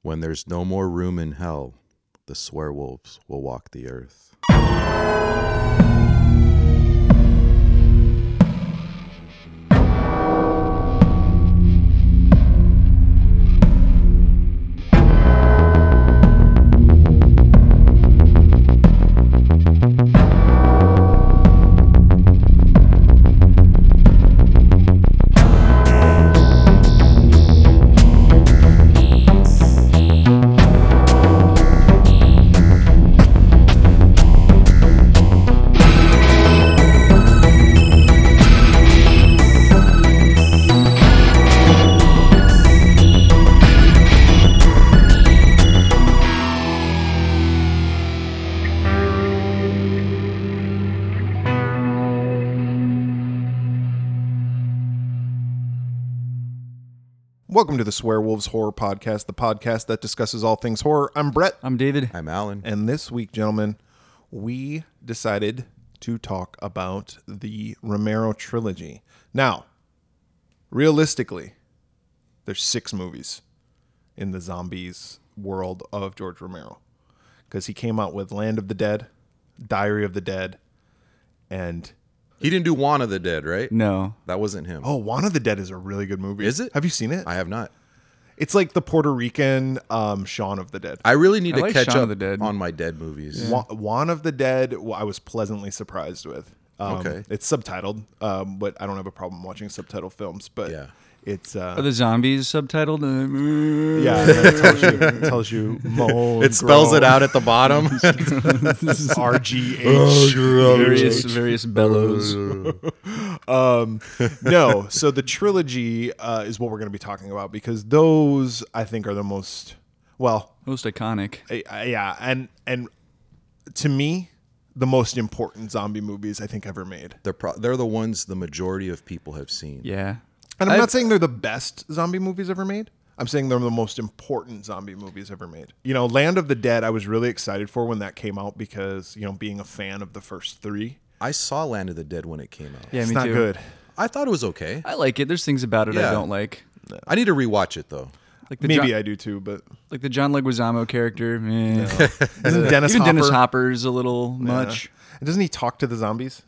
When there's no more room in hell, the swearwolves will walk the earth. Welcome to the Swearwolves Horror Podcast, the podcast that discusses all things horror. I'm Brett, I'm David. I'm Alan. and this week, gentlemen, we decided to talk about the Romero trilogy. Now, realistically, there's six movies in the zombies world of George Romero because he came out with Land of the Dead, Diary of the Dead, and He didn't do Juan of the Dead, right? No. That wasn't him. oh, One of the Dead is a really good movie. Is it? Have you seen it? I have not. it's like the Puerto Rican um, Shaun of the Dead. I really need I to like catch Shaun of up the Dead. on my dead movies. Wa- Juan of the Dead, wh- I was pleasantly surprised with. Um, Okay. It's subtitled, um, but I don't have a problem watching subtitle films. But Yeah. it's Are uh, the zombies subtitled? Uh, yeah, it tells you, it tells you moan, It spells it groan, out at the bottom. R G H. Various, various bellows. No, so the trilogy uh, is what we're going to be talking about because those I think are the most well, Most iconic. I- I- yeah, and and to me, the most important zombie movies I think ever made. they're, pro- they're the ones the majority of people have seen. Yeah. And I'm not saying they're the best zombie movies ever made. I'm saying they're the most important zombie movies ever made. You know, Land of the Dead, I was really excited for when that came out because, you know, being a fan of the first three, I saw Land of the Dead when it came out. Yeah, it's me not too. good. I thought it was okay. I like it. There's things about it Yeah. I don't like. I need to rewatch it though. Like the Maybe John, I do too, but like the John Leguizamo character. eh. isn't Dennis, Even Hopper, Dennis Hopper's a little Yeah. much. And doesn't he talk to the zombies?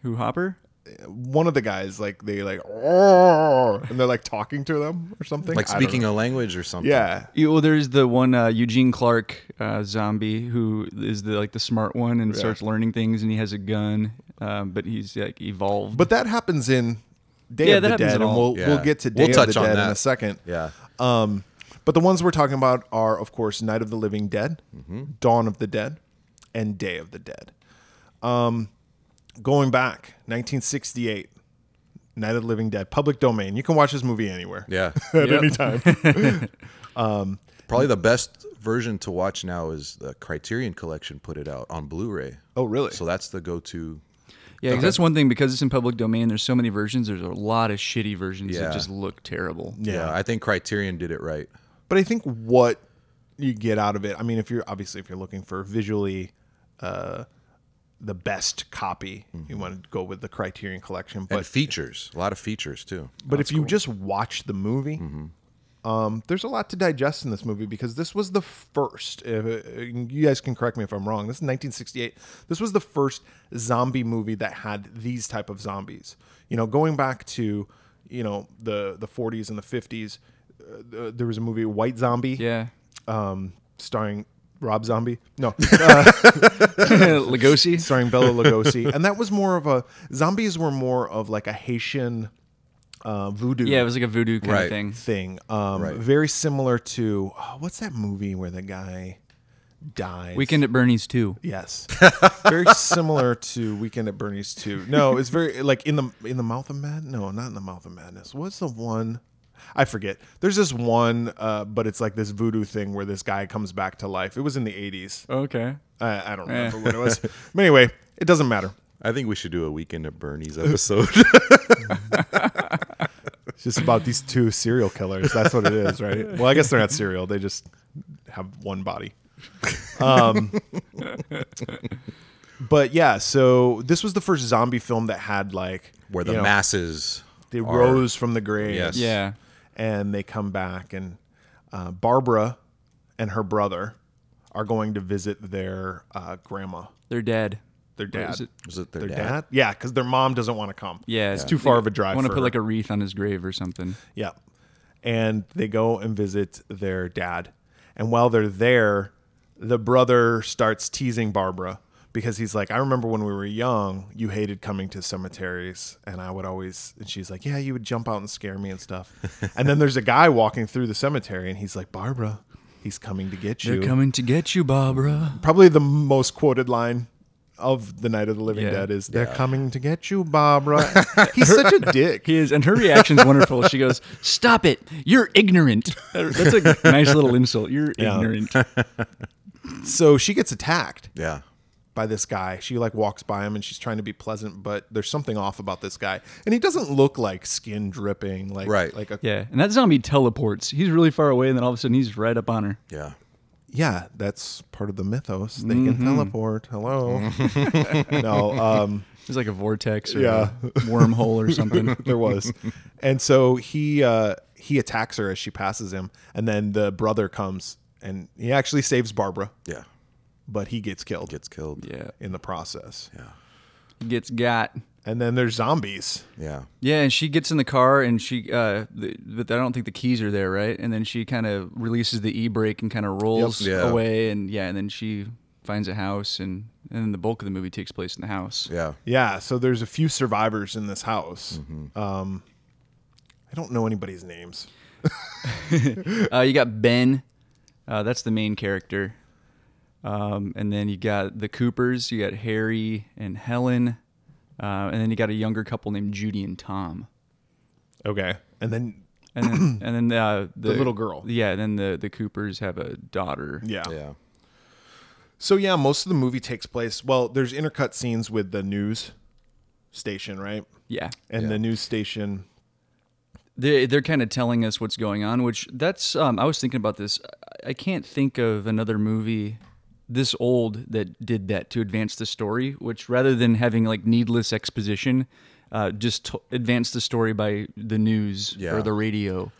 Who Hopper? One of the guys, like they like, "Roar," and they're like talking to them or something, Like I don't speaking know. a language or something. Yeah, You, well, there's the one uh, Eugene Clark uh, zombie who is the like the smart one and starts learning things, and he has a gun, um, but he's like evolved. but that happens in Day Yeah, of that the happens Dead, in and all- we'll Yeah. we'll get to Day We'll of the touch on Dead in that. a second. Yeah. Um, but the ones we're talking about are, of course, Night of the Living Dead, Mm-hmm. Dawn of the Dead, and Day of the Dead. Um, going back, 1968, Night of the Living Dead, public domain. You can watch this movie anywhere Yeah. at Yep. any time. Probably the best version to watch now is the Criterion Collection put it out on Blu-ray. oh, really? So that's the go-to. Yeah, 'cause that's one thing. Because it's in public domain, there's so many versions. There's a lot of shitty versions Yeah. that just look terrible. Yeah. I think Criterion did it right. but I think what you get out of it, I mean, if you're obviously if you're looking for visually uh, the best copy, you want to go with the Criterion Collection. But Mm-hmm. And features, a lot of features too. But if you just watch the movie, um, there's a lot to digest in this movie because this was the first. If, uh, you guys can correct me if I'm wrong. This is 1968. This was the first zombie movie that had these type of zombies. You know, going back to you know the the 40s and the 50s, uh, th- there was a movie White Zombie, Yeah. um, starring Rob Zombie. No, Legosi. starring Bella Lugosi, and that was more of a zombies were more of like a Haitian uh, voodoo. Yeah, it was like a voodoo kind Right. of thing. thing. Um, Right. Very similar to oh, what's that movie where the guy dies? Weekend at Bernie's too. Yes. very similar to Weekend at Bernie's too. No, it's very like in the in the mouth of mad. No, not in the mouth of madness. What's the one? I forget. There's this one, uh, but it's like this voodoo thing where this guy comes back to life. It was in the 80s. Okay. I, I don't remember what it was. But anyway, it doesn't matter. I think we should do a Weekend at Bernie's episode. It's just about these two serial killers. That's what it is, right? Well, I guess they're not serial. They just have one body. Um, but yeah, so this was the first zombie film that had like where the you know, masses they are- rose from the grave, Yes. Yeah. and they come back, and uh, Barbara and her brother are going to visit their uh, grandma, They're dead. their dad. is it? Was it their, Their dad? dad? Yeah, because their mom doesn't want to come. Yeah, it's too far of a drive. I want for to put her. like a wreath on his grave or something. Yeah. And they go and visit their dad. And while they're there, the brother starts teasing Barbara because he's like, I remember when we were young, you hated coming to cemeteries. And I would always, and she's like, Yeah, you would jump out and scare me and stuff. and then there's a guy walking through the cemetery and he's like, Barbara, he's coming to get you. They're coming to get you, Barbara. Probably the most quoted line of The Night of the Living Yeah. Dead is, They're coming to get you, Barbara. he's such a dick. He is, and her reaction's wonderful. She goes, "Stop it! You're ignorant." That's a nice little insult. You're Yeah. ignorant. So she gets attacked. Yeah. by this guy. She like walks by him and she's trying to be pleasant, but there's something off about this guy. And he doesn't look like skin dripping, like Right. like a yeah. Yeah, and that zombie teleports. He's really far away, and then all of a sudden he's right up on her. Yeah. that's part of the mythos. They can teleport. Hello. no, um It's like a vortex or Yeah. a wormhole or something. there was. And so he uh he attacks her as she passes him, and then the brother comes and he actually saves Barbara, Yeah. but he gets killed Gets killed. yeah, in the process. gets got. And then there's zombies. Yeah. Yeah, and she gets in the car, and she, uh, the, but I don't think the keys are there, right? And then she kind of releases the e brake and kind of rolls Yep. Yeah. away, and yeah, and then she finds a house, and and then the bulk of the movie takes place in the house. Yeah. Yeah, so there's a few survivors in this house. Um, I don't know anybody's names. Uh, you got Ben, uh, that's the main character, um, and then you got the Coopers, you got Harry and Helen, uh, and then you got a younger couple named Judy and Tom. Okay, and then and then, and then uh, the, little girl. Yeah, and then the the Coopers have a daughter. yeah. Yeah. so yeah, most of the movie takes place. Well, there's intercut scenes with the news station, right? yeah. And the news station, They they're kind of telling us what's going on, which that's um, I was thinking about this. I, I can't think of another movie this old that did that to advance the story. Which rather than having like needless exposition, uh, just t- advance the story by the news Yeah. or the radio.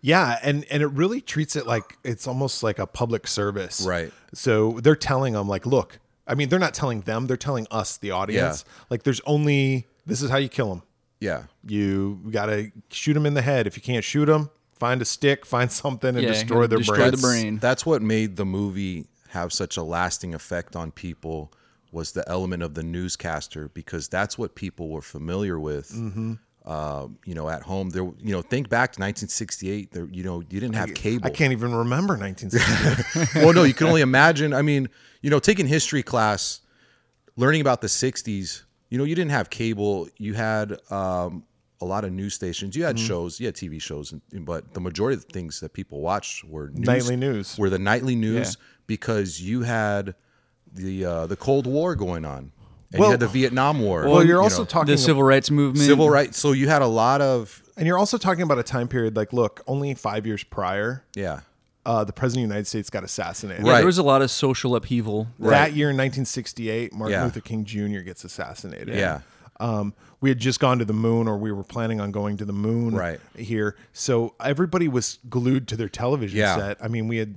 yeah, and and it really treats it like it's almost like a public service, Right. So they're telling them like, look, I mean, they're not telling them; they're telling us, the audience. Like, there's only this is how you kill them. Yeah. You gotta shoot them in the head. If you can't shoot them, find a stick, find something, and Yeah, destroy their destroy brains. the brain. That's what made the movie have such a lasting effect on people was the element of the newscaster because that's what people were familiar with. Mm-hmm. Um, you know, at home, there. You know, think back to 1968. There, you know, you didn't have cable. I can't even remember 1960. well, no, you can only imagine. I mean, you know, taking history class, learning about the '60s. You know, you didn't have cable. You had um, a lot of news stations. You had Mm-hmm. shows. You had TV shows, and, but the majority of the things that people watched were news, Nightly news. Were the nightly news because you had the uh, the Cold War going on, and Well- you had the Vietnam War. well, you you're also know, talking The civil rights movement. civil rights. So you had a lot of and you're also talking about a time period like look, only 5 years prior, yeah, uh, the president of the United States got assassinated. Right. There was a lot of social upheaval. That year in 1968, Martin Yeah. Luther King Jr. gets assassinated. Yeah. Um, we had just gone to the moon, or we were planning on going to the moon Right. here. So everybody was glued to their television Yeah. set. I mean, we had,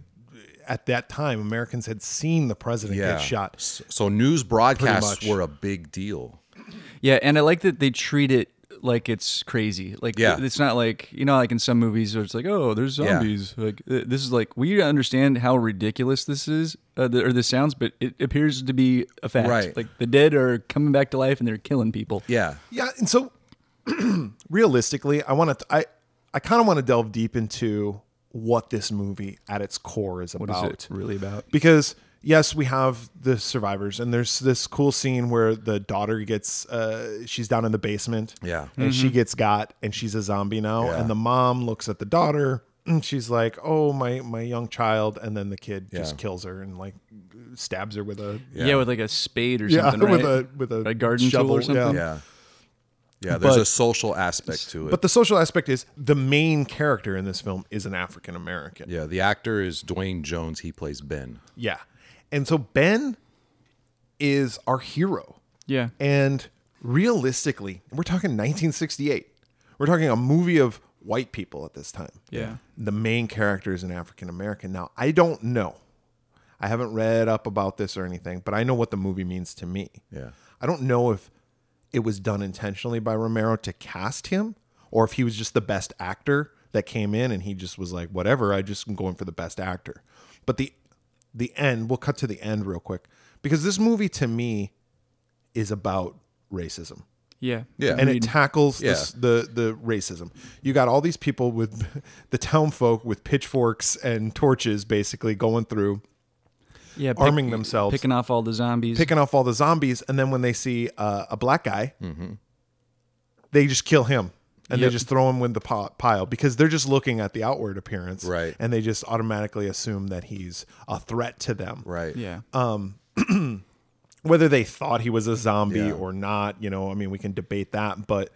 at that time, Americans had seen the president yeah. get shot. S- So news broadcasts much. were a big deal. Yeah, and I like that they treat it like it's crazy. Like Yeah. it's not like you know, like in some movies, where it's like, oh, there's zombies. Like th- this is like we understand how ridiculous this is uh, th- or this sounds, but it appears to be a fact. Right. Like the dead are coming back to life and they're killing people. Yeah. Yeah, and so realistically, I want to I I kind of want to delve deep into what this movie at its core is What is about. it really about? Because yes, we have the survivors and there's this cool scene where the daughter gets uh she's down in the basement. Yeah. And she gets got and she's a zombie now Yeah. and the mom looks at the daughter and she's like, "Oh, my my young child." And then the kid just Yeah. kills her and like stabs her with a Yeah. Yeah. with like a spade or yeah, something, right? with a with a, A garden tool or shovel, yeah. something? Yeah. Yeah, there's But- a social aspect to it. But the social aspect is the main character in this film is an African American. yeah, the actor is Dwayne Jones. He plays Ben. Yeah. And so Ben is our hero. Yeah. And realistically, we're talking 1968. We're talking a movie of white people at this time. Yeah. The main character is an African American. Now, I don't know. I haven't read up about this or anything, but I know what the movie means to me. Yeah. I don't know if it was done intentionally by Romero to cast him or if he was just the best actor that came in and he just was like, whatever, I just am going for the best actor. But the the end, we'll cut to the end real quick. Because this movie to me is about racism Yeah. Yeah. and it tackles Yeah. this, the the racism. You got all these people with the town folk with pitchforks and torches, basically going through, Yeah. pick- arming themselves, Picking off all the zombies. picking off all the zombies, and then when they see uh, a black guy, Mm-hmm. they just kill him and Yep. they just throw him in the pi- pile because they're just looking at the outward appearance, Right. And they just automatically assume that he's a threat to them, Right. yeah. whether they thought he was a zombie Yeah. or not, you know, I mean, we can debate that, but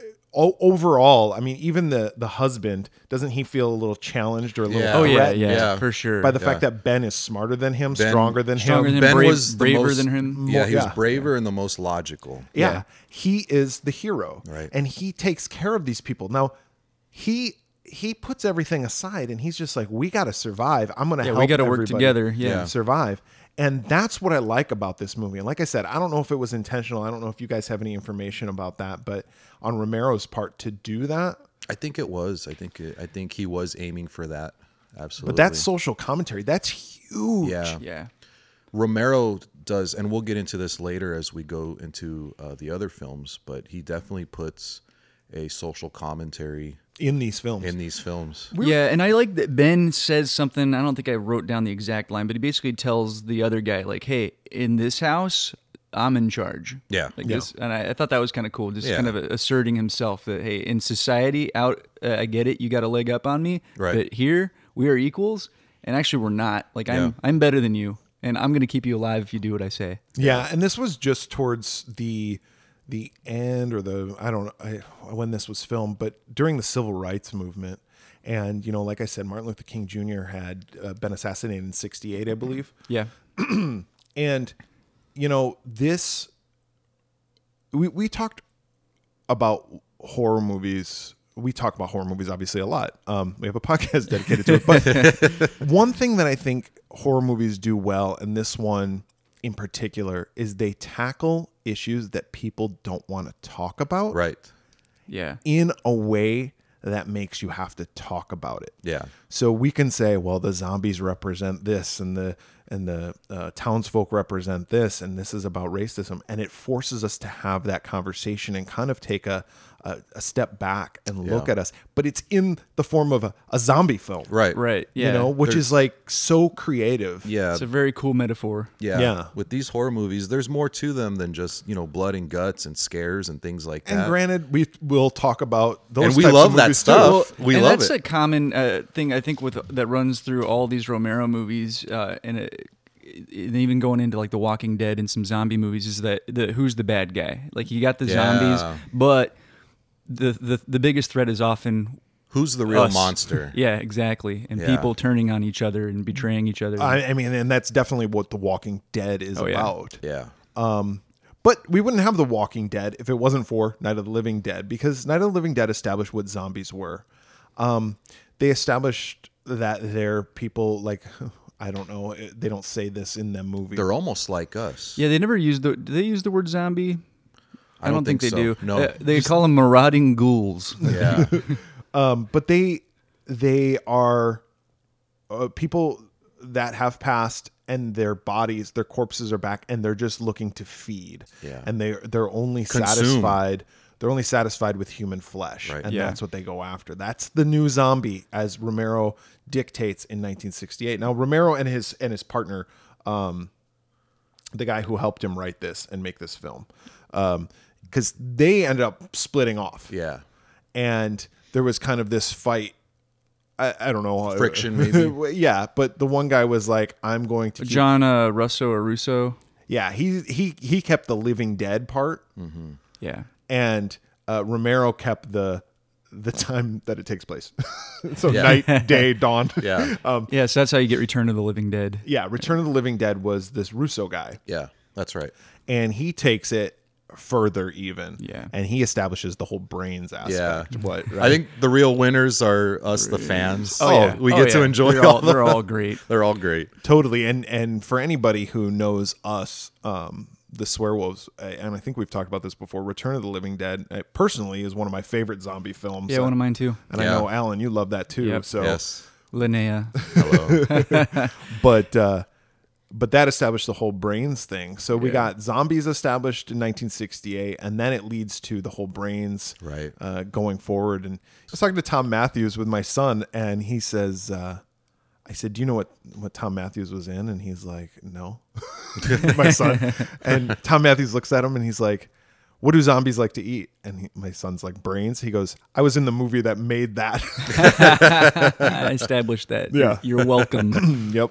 uh, o- overall, I mean, even the the husband doesn't he feel a little challenged or a little Yeah. oh yeah, threatened yeah. yeah. For sure. by the Yeah. fact that Ben is smarter than him, stronger than stronger him? than Ben brave- was the braver most- than him. Yeah, he was Yeah. braver and the most logical. yeah. he is the hero, Right. And he takes care of these people. Now, he he puts everything aside and he's just like, we got to survive. I'm gonna Yeah, help. we got to work everybody." together. Yeah. survive. And that's what I like about this movie. And like I said, I don't know if it was intentional. I don't know if you guys have any information about that, but on Romero's part to do that, I think it was. I think it, I think he was aiming for that. Absolutely. but that's social commentary. That's huge. yeah. Yeah. Romero does, and we'll get into this later as we go into uh, the other films. But he definitely puts a social commentary In these films. in these films. yeah, and I like that Ben says something. I don't think I wrote down the exact line, but he basically tells the other guy, like, "Hey, in this house, I'm in charge." Yeah. like this, and I, I thought that was kind of cool. Just Yeah. kind of asserting himself that, "Hey, in society, out, uh, I get it, you got a leg up on me, Right. But here, we are equals, and actually, we're not. Like, I'm, I'm better than you, and I'm gonna keep you alive if you do what I say." Yeah, and this was just towards the the end or the I don't know I, when this was filmed, but during the civil rights movement, and you know, like I said, Martin Luther King Jr. had uh, been assassinated in '68, I believe. Yeah, And you know, this we we talked about horror movies. We talk about horror movies obviously a lot. Um, we have a podcast dedicated to it. But one thing that I think horror movies do well, and this one in particular, is they tackle issues that people don't want to talk about Right. yeah, in a way that makes you have to talk about it. Yeah. So we can say, well, the zombies represent this, and the and the uh, townsfolk represent this, and this is about racism, and it forces us to have that conversation and kind of take a a, a step back and look at us. But it's in the form of a, a zombie film, Right. right, yeah. You know, which is like so creative. Yeah. it's a very cool metaphor. yeah. Yeah. With these horror movies, there's more to them than just you know blood and guts and scares and things like And that. granted, we will talk about those. And we types of love that movies too. stuff. We and love that's it. a common uh, thing I think with that runs through all these Romero movies, uh, and, it, and even going into like The Walking Dead and some zombie movies is that the who's the bad guy? Like you got the Yeah. zombies, but the, the the biggest threat is often Who's the real us. monster? Yeah, exactly, and Yeah. people turning on each other and betraying each other. I, I mean, and that's definitely what The Walking Dead is Oh, yeah. about. yeah. But we wouldn't have The Walking Dead if it wasn't for Night of the Living Dead, because Night of the Living Dead established what zombies were. Um, they established that they're people like I don't know. They don't say this in the movie. They're almost like us. yeah, they never use the. Do they use the word zombie? I, don't think they so. do. No. Uh, they call them marauding ghouls. Yeah. Um, but they they are uh, people that have passed, and their bodies, their corpses are back, and they're just looking to feed. Yeah. and they they're only Consume. satisfied. They're only satisfied with human flesh, Right. and Yeah. that's what they go after. That's the new zombie, as Romero dictates in 1968. Now, Romero and his and his partner, um, the guy who helped him write this and make this film, because they ended up splitting off yeah. and there was kind of this fight. I, I don't know Friction, maybe? yeah, but the one guy was like, "I'm going to." Keep, John uh, Russo or Russo. yeah, he he he kept the living dead part, Hmm. Yeah. and uh, Romero kept the the time that it takes place. so night, day, dawn. Yeah. Yeah, so that's how you get Return of the Living Dead. yeah. Return of the Living Dead was this Russo guy, Yeah. That's right. and he takes it further even. Yeah. And he establishes the whole brains aspect. Yeah. What, right? I think the real winners are us, the fans. Oh, yeah. we Oh, get to yeah. enjoy They're all, all. the- they're all great. they're all great. Totally. And and for anybody who knows us, um, the Swearwolves, uh, and I think we've talked about this before, Return of the Living Dead uh, personally is one of my favorite zombie films. Yeah, one of mine too. and I Yeah. know Alan, you love that too. Yep. So Yes. Linnea. Hello. but uh but that established the whole brains thing. So we got zombies established in 1968, and then it leads to the whole brains Right. uh, going forward. And I was talking to Tom Matthews with my son, and he says, uh, "I said, do you know what what Tom Matthews was in?" And he's like, "No." my son. And Tom Matthews looks at him, and he's like, "What do zombies like to eat?" And he, my son's like, "Brains." He goes, "I was in the movie that made that." I established that. Yeah. You're welcome. yep.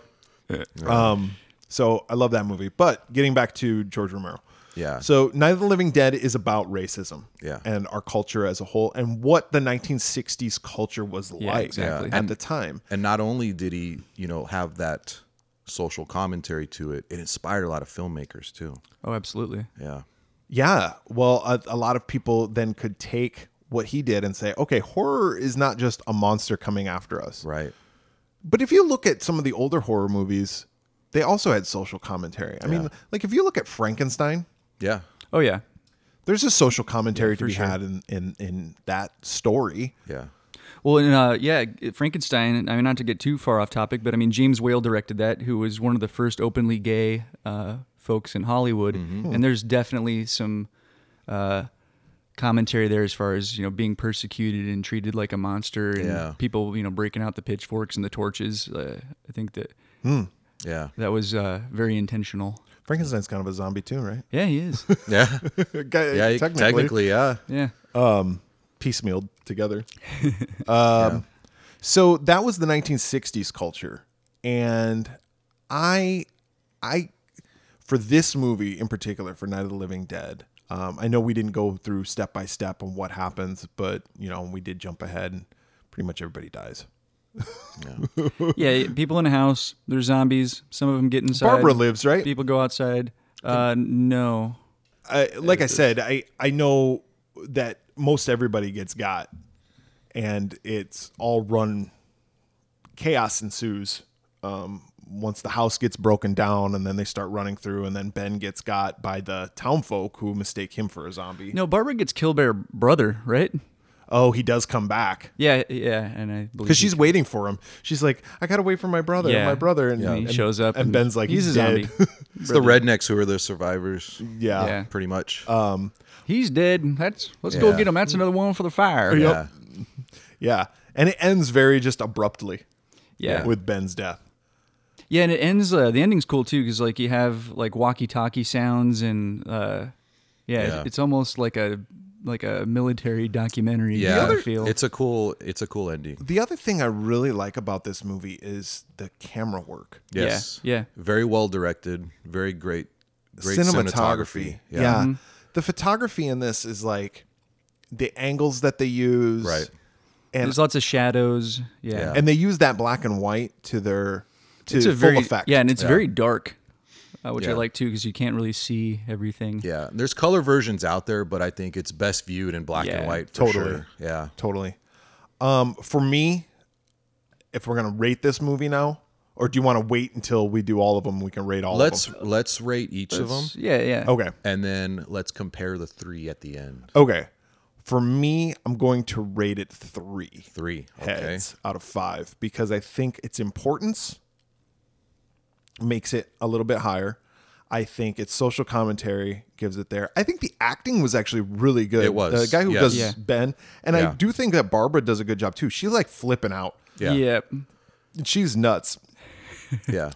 Um, so I love that movie. But getting back to George Romero. Yeah. So Night of the Living Dead is about racism. Yeah. And our culture as a whole and what the 1960s culture was like exactly. at the time. and not only did he, you know, have that social commentary to it, it inspired a lot of filmmakers too. oh, absolutely. Yeah. Yeah. Well, a, a lot of people then could take what he did and say, okay, horror is not just a monster coming after us. Right. But if you look at some of the older horror movies, they also had social commentary. I mean, like if you look at Frankenstein, Yeah. Oh yeah. there's a social commentary to be had in, in in that story. Yeah. Well, and, uh, yeah, Frankenstein. I mean, not to get too far off topic, but I mean, James Whale directed that, who was one of the first openly gay uh, folks in Hollywood. Mm-hmm. And there's definitely some uh, commentary there as far as you know being persecuted and treated like a monster, and Yeah. people you know breaking out the pitchforks and the torches. Uh, I think that Yeah. that was uh, very intentional. Frankenstein's kind of a zombie too, right? Yeah, he is. Yeah. Guy- Yeah. technically, yeah. yeah. piecemealed together. um, So that was the 1960s culture, and I, I, for this movie in particular, for Night of the Living Dead, um, I know we didn't go through step by step on what happens, but you know we did jump ahead, and pretty much everybody dies. yeah, people in a house. There's zombies. Some of them get inside. Barbara lives, right? People go outside. Uh, no. I, like I said, I I know that most everybody gets got, and it's all run. Chaos ensues um, once the house gets broken down, and then they start running through, and then Ben gets got by the townfolk who mistake him for a zombie. No, Barbara gets killed by her brother, right? Oh, he does come back Yeah, yeah, and I believe because she's waiting for him. She's like, "I gotta wait for my brother, Yeah. my brother," and, he and- shows up, and, Ben's like, "He's, a dead." zombie. It's the rednecks who are the survivors, yeah. um, Yeah. pretty much. He's dead. That's let's go Yeah. get him. That's another one for the fire. Yep. Yeah. yeah, and it ends very just abruptly Yeah, yeah, with Ben's death. and it ends. Uh, the ending's cool too because like you have like walkie-talkie sounds and uh, yeah, Yeah. it's almost like a like a military documentary. yeah. kind of feel. It's a cool. It's a cool ending. The other thing I really like about this movie is the camera work. Yes. yeah. Very well directed. Very great. Great cinematography. Yeah. Mm-hmm. The photography in this is like the angles that they use. Right. And There's lots of shadows. Yeah, Yeah. and they use that black and white to their to it's a full very effect. yeah, and it's very dark, uh, which I Yeah. like too because you can't really see everything. Yeah, there's color versions out there, but I think it's best viewed in black Yeah, and white. For totally. Sure. Yeah. totally. Um for me, if we're gonna rate this movie now, or do you want to wait until we do all of them? We can rate all Let's of let's rate each of them, Yeah, yeah. them. Okay. and then let's compare the three at the end. Okay. For me, I'm going to rate it three. Three. Okay. heads out of five because I think its importance makes it a little bit higher. I think its social commentary gives it there. I think the acting was actually really good. It was, the guy who yes. does Yeah. Ben, and I Yeah. do think that Barbara does a good job too. She's like flipping out. Yeah. Yeah. yeah. She's nuts.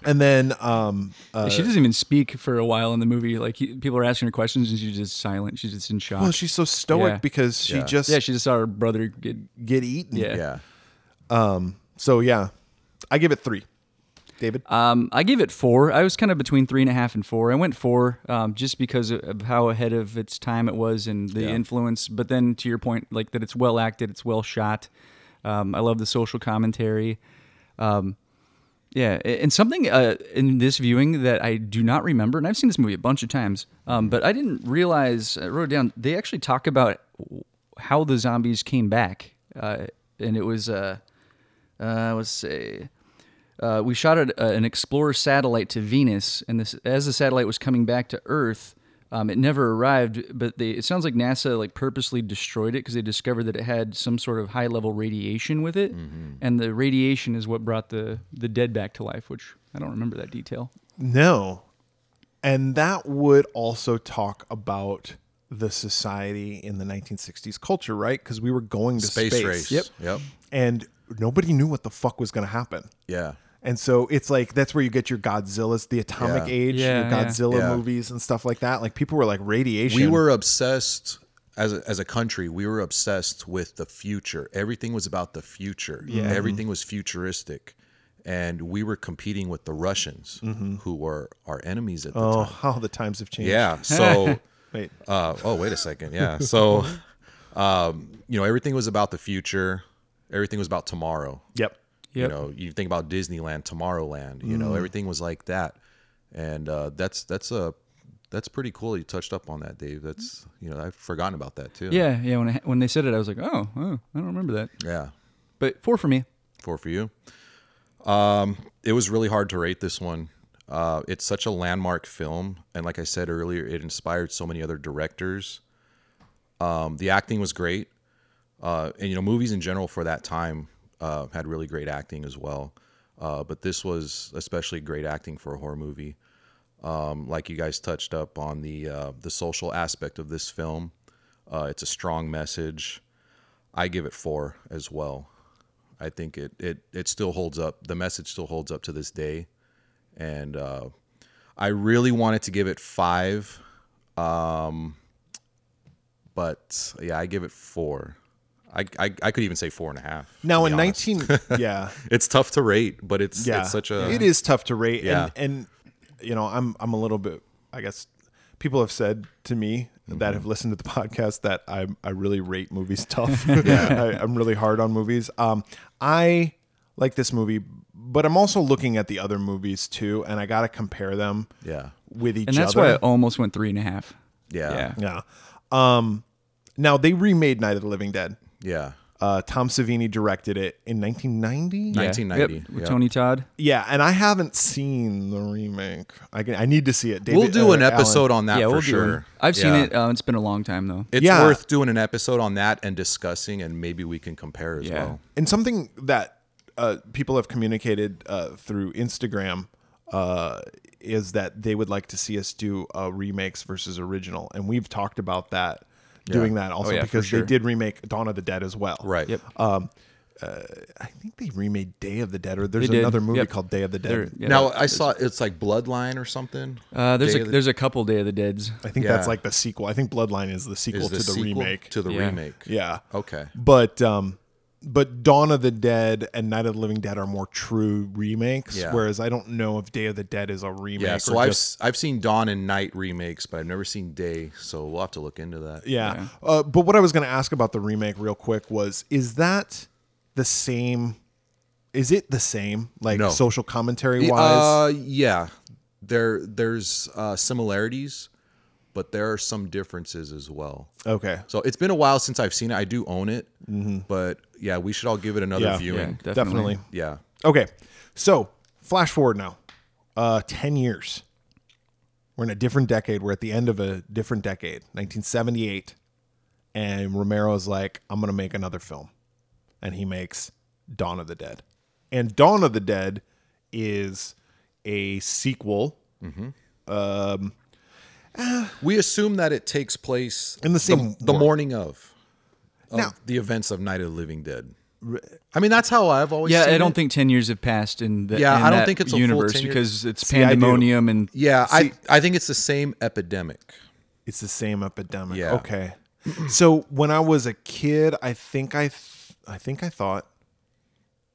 And then, um, uh, she doesn't even speak for a while in the movie. Like he, people are asking her questions and she's just silent. She's just in shock. well, she's so stoic Yeah. because she Yeah. just yeah, she just saw her brother get. get eaten. Yeah. Yeah. So yeah, I give it three. David, Um, I gave it four. I was kind of between three and a half and four. I went four um, just because of- of how ahead of its time it was and the influence. But then to your point, like that it's well acted, it's well shot. Um, I love the social commentary. Um, Yeah, a- and something uh, in this viewing that I do not remember, and I've seen this movie a bunch of times, um, but I didn't realize. I wrote it down. They actually talk about how the zombies came back, uh, and it was, uh, uh, let's say, uh, we shot a, a- an Explorer satellite to Venus, and this as the satellite was coming back to Earth, um, it never arrived. But they, it sounds like NASA like purposely destroyed it because they discovered that it had some sort of high level radiation with it, Mm-hmm. and the radiation is what brought the the dead back to life. Which I don't remember that detail. No. And that would also talk about the society in the 1960s culture, right? Because we were going to space, Space, race. Yep. And nobody knew what the fuck was going to happen. Yeah. And so it's like that's where you get your Godzilla's, the Atomic Yeah. Age, Yeah, your yeah. Godzilla Yeah. movies and stuff like that. Like people were like radiation. We were obsessed as a, as a country. We were obsessed with the future. Everything was about the future. Everything was futuristic, and we were competing with the Russians, who were our enemies at the oh time. how the times have changed. Yeah. So. Wait. Uh, oh, wait a second. Yeah. So, um, you know, everything was about the future. Everything was about tomorrow. Yep. Yep. Mm. You know, you think about Disneyland, Tomorrowland. You know, everything was like that, and uh, that's that's a that's pretty cool. You touched up on that, Dave. That's you know, I've forgotten about that too. Yeah, yeah. When I, when they said it, I was like, oh, oh, I don't remember that. Yeah. But four for me. Four for you. Um, it was really hard to rate this one. Uh, it's such a landmark film, and like I said earlier, it inspired so many other directors. Um, the acting was great, uh, and you know, movies in general for that time uh, had really great acting as well. Uh, but this was especially great acting for a horror movie. Um, like you guys touched up on the uh, the social aspect of this film, uh, it's a strong message. I give it four as well. I think it it it still holds up. The message still holds up to this day, and uh, I really wanted to give it five, um, but yeah, I give it four. I, I, I could even say four and a half. to Now be in honest. 19 yeah. it's tough to rate, but it's yeah. it's such a it is tough to rate. Yeah. And, and you know, I'm I'm a little bit I guess people have said to me Mm-hmm. that have listened to the podcast that I I really rate movies tough. I, I'm really hard on movies. Um I like this movie, but I'm also looking at the other movies too, and I gotta compare them yeah with each And that's other. why I almost went three and a half. Yeah. yeah. Um now they remade Night of the Living Dead. yeah Uh, Tom Savini directed it in 1990. Yeah. 1990, Yep, with yeah. Tony Todd. Yeah, and I haven't seen the remake. I can, I need to see it. David, we'll do uh, an Alan. episode on that yeah, for we'll do. sure. one. I've seen Yeah. it. Uh, it's been a long time though. It's Yeah. worth doing an episode on that and discussing, and maybe we can compare as Yeah. well. And something that uh, people have communicated uh, through Instagram uh, is that they would like to see us do uh, remakes versus original, and we've talked about that. Doing that also Oh, yeah, for because sure. they did remake Dawn of the Dead as well. Right. Yep. I think they remade Day of the Dead, or there's They did. another movie Yep. called Day of the Dead. They're- yeah, now I saw it's like Bloodline or something. Uh, there's Day a of the- there's a couple Day of the Dead's. I think that's Yeah. like the sequel. I think Bloodline is the sequel is the to the sequel remake. to the Yeah. remake. yeah. Okay. but um but Dawn of the Dead and Night of the Living Dead are more true remakes, Yeah. whereas I don't know if Day of the Dead is a remake. Yeah. So or I've just, I've seen Dawn and Night remakes, but I've never seen Day. So we'll have to look into that. yeah. Uh, but what I was going to ask about the remake real quick was: is that the same? Is it the same, like No. social commentary wise? Uh, yeah. There there's uh, similarities, but there are some differences as well. okay, So it's been a while since I've seen it. I do own it, but yeah, we should all give it another Mm-hmm. Yeah. Yeah, viewing. definitely. Yeah. Okay, so flash forward now, uh, ten years. We're in a different decade. We're at the end of a different decade, 1978, and Romero's like, "I'm gonna make another film," and he makes Dawn of the Dead, and Dawn of the Dead is a sequel We assume that it takes place in the same the oh. morning of, of Now- the events of Night of the Living Dead. I mean, that's how I've always. Yeah, seen I don't it. think ten years have passed in the Yeah, in I don't that think it's a full universe 10 years. because it's I do. pandemonium and Yeah, I I think it's the same epidemic. It's the same epidemic. Yeah. Okay. so when I was a kid, I think I, th- I think I thought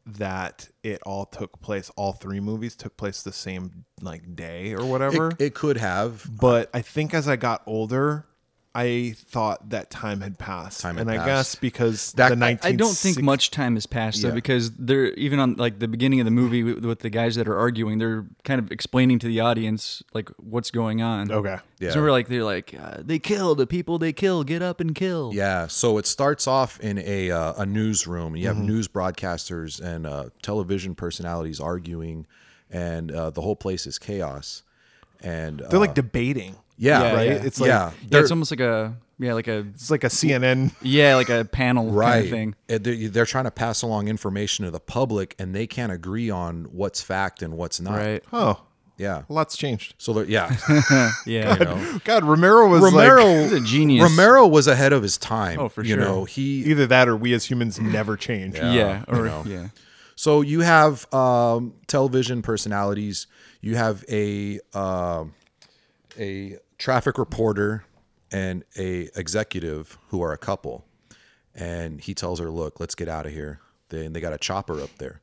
that it all took place. All three movies took place the same like day or whatever. It, it could have. but I think as I got older, I thought that time had passed, Time had and I passed. guess because That- the I- I nineteen, I don't think much time has passed though, Yeah. because they're even on like the beginning of the movie with, with the guys that are arguing. They're kind of explaining to the audience like what's going on. Okay, Oh, Yeah. So remember, like they're like, uh, they kill the people they kill. Get up and kill. Yeah, so it starts off in a uh, a newsroom. You have Mm-hmm. news broadcasters and uh, television personalities arguing, and uh, the whole place is chaos. And uh, they're like debating. yeah, Yeah, right. yeah. It's it's like yeah, Yeah, they're- it's almost like a yeah, like a it's like a CNN. yeah, like a panel kind right. of thing. And They're, they're trying to pass along information to the public, and they can't agree on what's fact and what's not. Right. Oh, Yeah. a lot's changed. So they're- yeah, Yeah. you know. God, Romero was like Romero, He's a genius. Romero was ahead of his time. Oh, for you sure. know, he either that or we as humans never change. yeah. you Or know. yeah. So you have um, television personalities. You have a um a traffic reporter and a executive who are a couple, and he tells her, "Look, let's get out of here." Then they got a chopper up there.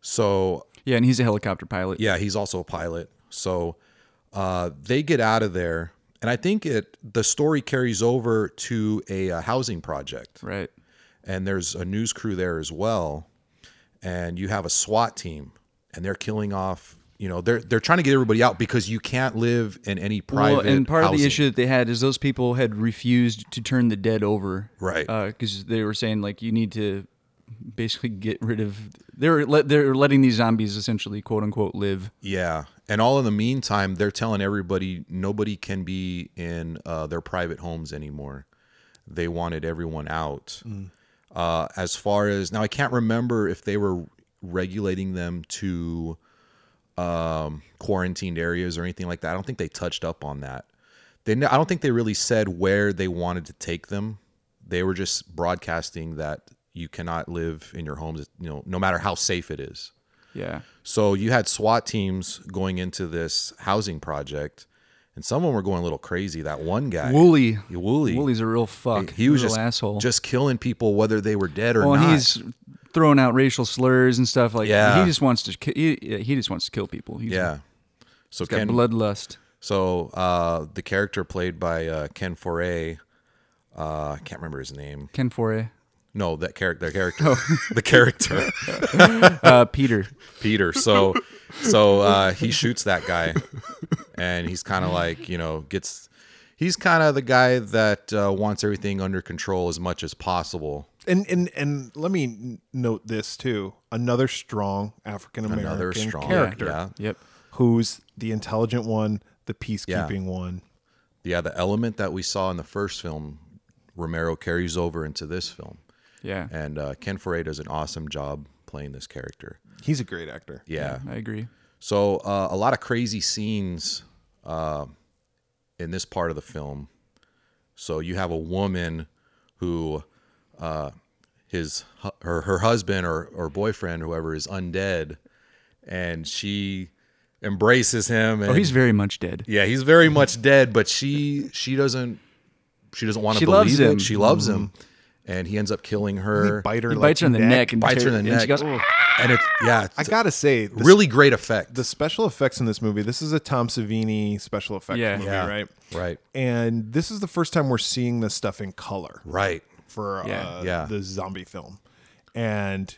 So Yeah, and he's a helicopter pilot. yeah, he's also a pilot. So uh, they get out of there, and I think it the story carries over to a, uh housing project Right. and there's a news crew there as well and you have a SWAT team and they're killing off you know they're they're trying to get everybody out because you can't live in any private Well, and part of the housing. issue that they had is those people had refused to turn the dead over, Right. Because they were saying like you need to basically get rid of. They're let, they're letting these zombies essentially quote unquote live. yeah and all in the meantime they're telling everybody nobody can be in uh, their private homes anymore they wanted everyone out uh, as far as now i can't remember if they were regulating them to um, quarantined areas or anything like that i don't think they touched up on that they ne- i don't think they really said where they wanted to take them they were just broadcasting that you cannot live in your homes you know no matter how safe it is Yeah. so you had SWAT teams going into this housing project, and some of them were going a little crazy. That one guy, Wooly. Yeah, Wooly, Wooly's a real fuck. he was He's a just real asshole. just killing people whether they were dead or well, not. he's throwing out racial slurs and stuff like. Yeah. He just wants to. ki- He, he just wants to kill people. He's yeah. So Got Ken, bloodlust. so uh, the character played by uh, Ken Foray, uh, I can't remember his name. Ken Foray. No, that character, character, Oh. the character. Uh, Peter. Peter. So so uh, he shoots that guy, and he's kind of like you know gets. He's kind of the guy that uh, wants everything under control as much as possible. And and and let me n- note this too. Another strong African Another American strong character Yeah, Yep. who's the intelligent one, the peacekeeping one. yeah. The element that we saw in the first film, Romero carries over into this film, Yeah. and uh, Ken Foray does an awesome job playing this character. He's a great actor. Yeah. I agree. So uh, a lot of crazy scenes uh, in this part of the film. So you have a woman who uh, his hu- her her husband or or boyfriend whoever is undead, and she embraces him. And, Oh, he's very much dead. yeah, he's very much dead, but she she doesn't she doesn't want to She believe loves it. him. She loves him, and he ends up killing her. Bite her, He like, bites her in the neck, and bites her tear- in the and neck, She goes, "Ah!" and it's yeah, I it's gotta say, the, really great effect. the special effects in this movie. This is a Tom Savini special effects Yeah. movie, Yeah. right? right, And this is the first time we're seeing this stuff in color right. for Uh, Yeah. Yeah. the zombie film, and.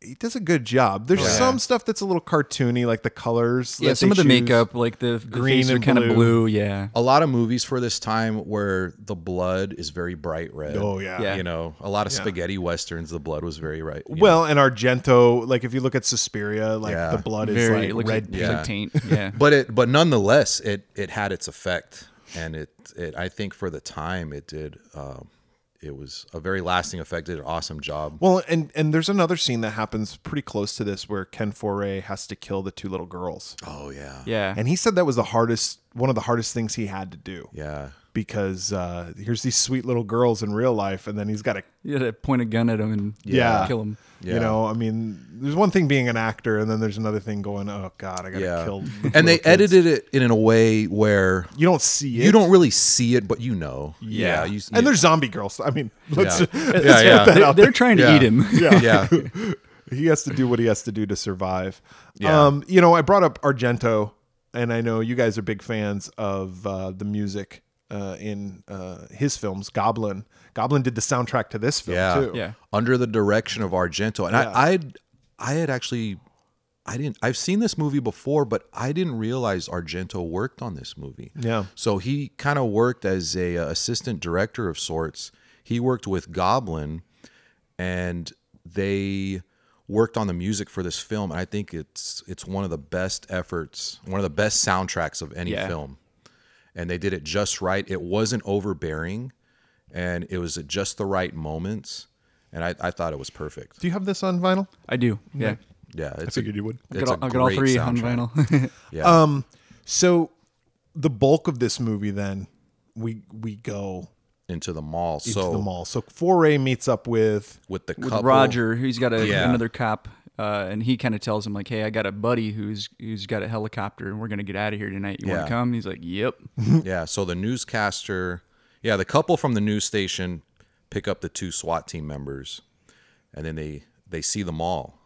He does a good job. Oh, There's some stuff that's a little cartoony, like the colors. yeah, that they some of the choose. makeup, like the Green green faces are and kind blue. of blue. Yeah, a lot of movies for this time where the blood is very bright red. Oh yeah. Yeah. You know, a lot of spaghetti westerns, the blood was very right. you know. Well, and Argento, like if you look at Suspiria, like Yeah. the blood is very it like looks red. like, looks like yeah. taint. Yeah, but it, but nonetheless, it it had its effect, and it it I think for the time it did, um, it was a very lasting effect. Did an awesome job. Well, and and there's another scene that happens pretty close to this where Ken Foray has to kill the two little girls, Oh yeah, yeah, and he said that was the hardest, one of the hardest things he had to do. yeah. Because uh, here's these sweet little girls in real life, and then he's got to, you had to point a gun at him and Yeah. kill him. you know, I mean, there's one thing being an actor, and then there's another thing going, oh god, I got to Yeah. kill. the little and they kids." edited it in a way where You don't see it. you don't really see it, but you know. Yeah. you, and there's zombie girls. I mean, let's. Yeah. let's Yeah, put yeah. that They're, out there. they're trying to Yeah. eat him. yeah, he has to do what he has to do to survive. Yeah. Um, you know, I brought up Argento, and I know you guys are big fans of uh, the music uh, in uh, his films. Goblin. Goblin did the soundtrack to this film yeah. too. Yeah. Under the direction of Argento. And I I'd, I had actually I didn't I've seen this movie before, but I didn't realize Argento worked on this movie. Yeah. So he kind of worked as a uh, assistant director of sorts. He worked with Goblin and they worked on the music for this film and I think it's it's one of the best efforts, one of the best soundtracks of any Yeah. film. And they did it just right. It wasn't overbearing and it was at just the right moments and I, I thought it was perfect. Do you have this on vinyl? I do. Yeah. Yeah, it's figured you would. it's I've got, a all, I've got all great three on soundtrack. vinyl. Yeah. Um, So the bulk of this movie then we we go into the mall. into so the mall. So Foray meets up with with the With couple, Roger, who's got a, Yeah. another cop, uh, and he kind of tells him like, "Hey, I got a buddy who's who's got a helicopter, and we're gonna get out of here tonight. You want Yeah. to come?" And he's like, "Yep." yeah. So the newscaster, yeah, the couple from the news station pick up the two SWAT team members, and then they they see the mall,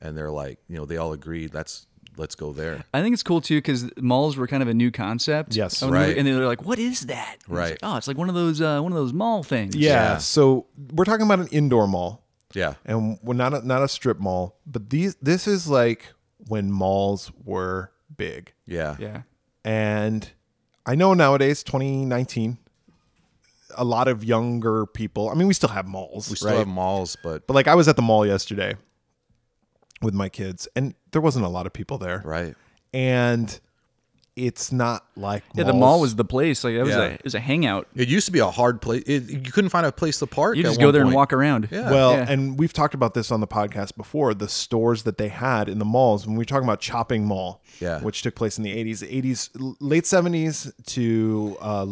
and they're like, you know, they all agree that's let's go there. I think it's cool too because malls were kind of a new concept. Yes. And they were- Right. And they're like, "What is that?" And it's Right. like, oh, it's like one of those uh, one of those mall things. yeah. So we're talking about an indoor mall. Yeah. and we're not a, not a strip mall, but these this is like when malls were big, Yeah. Yeah. and I know nowadays 2019, a lot of younger people. I mean, we still have malls, We still right? have malls, but but like I was at the mall yesterday with my kids, and there wasn't a lot of people there, right. and it's not like Yeah, the mall was the place. Like that was Yeah. a it was a hangout. It used to be a hard place. It, you couldn't find a place to park. You at just go one there and point. walk around. Yeah. Well, Oh, Yeah. and we've talked about this on the podcast before. The stores that they had in the malls, when we were talking about Chopping Mall, Yeah. which took place in the 80s, 80s, l- late 70s to uh,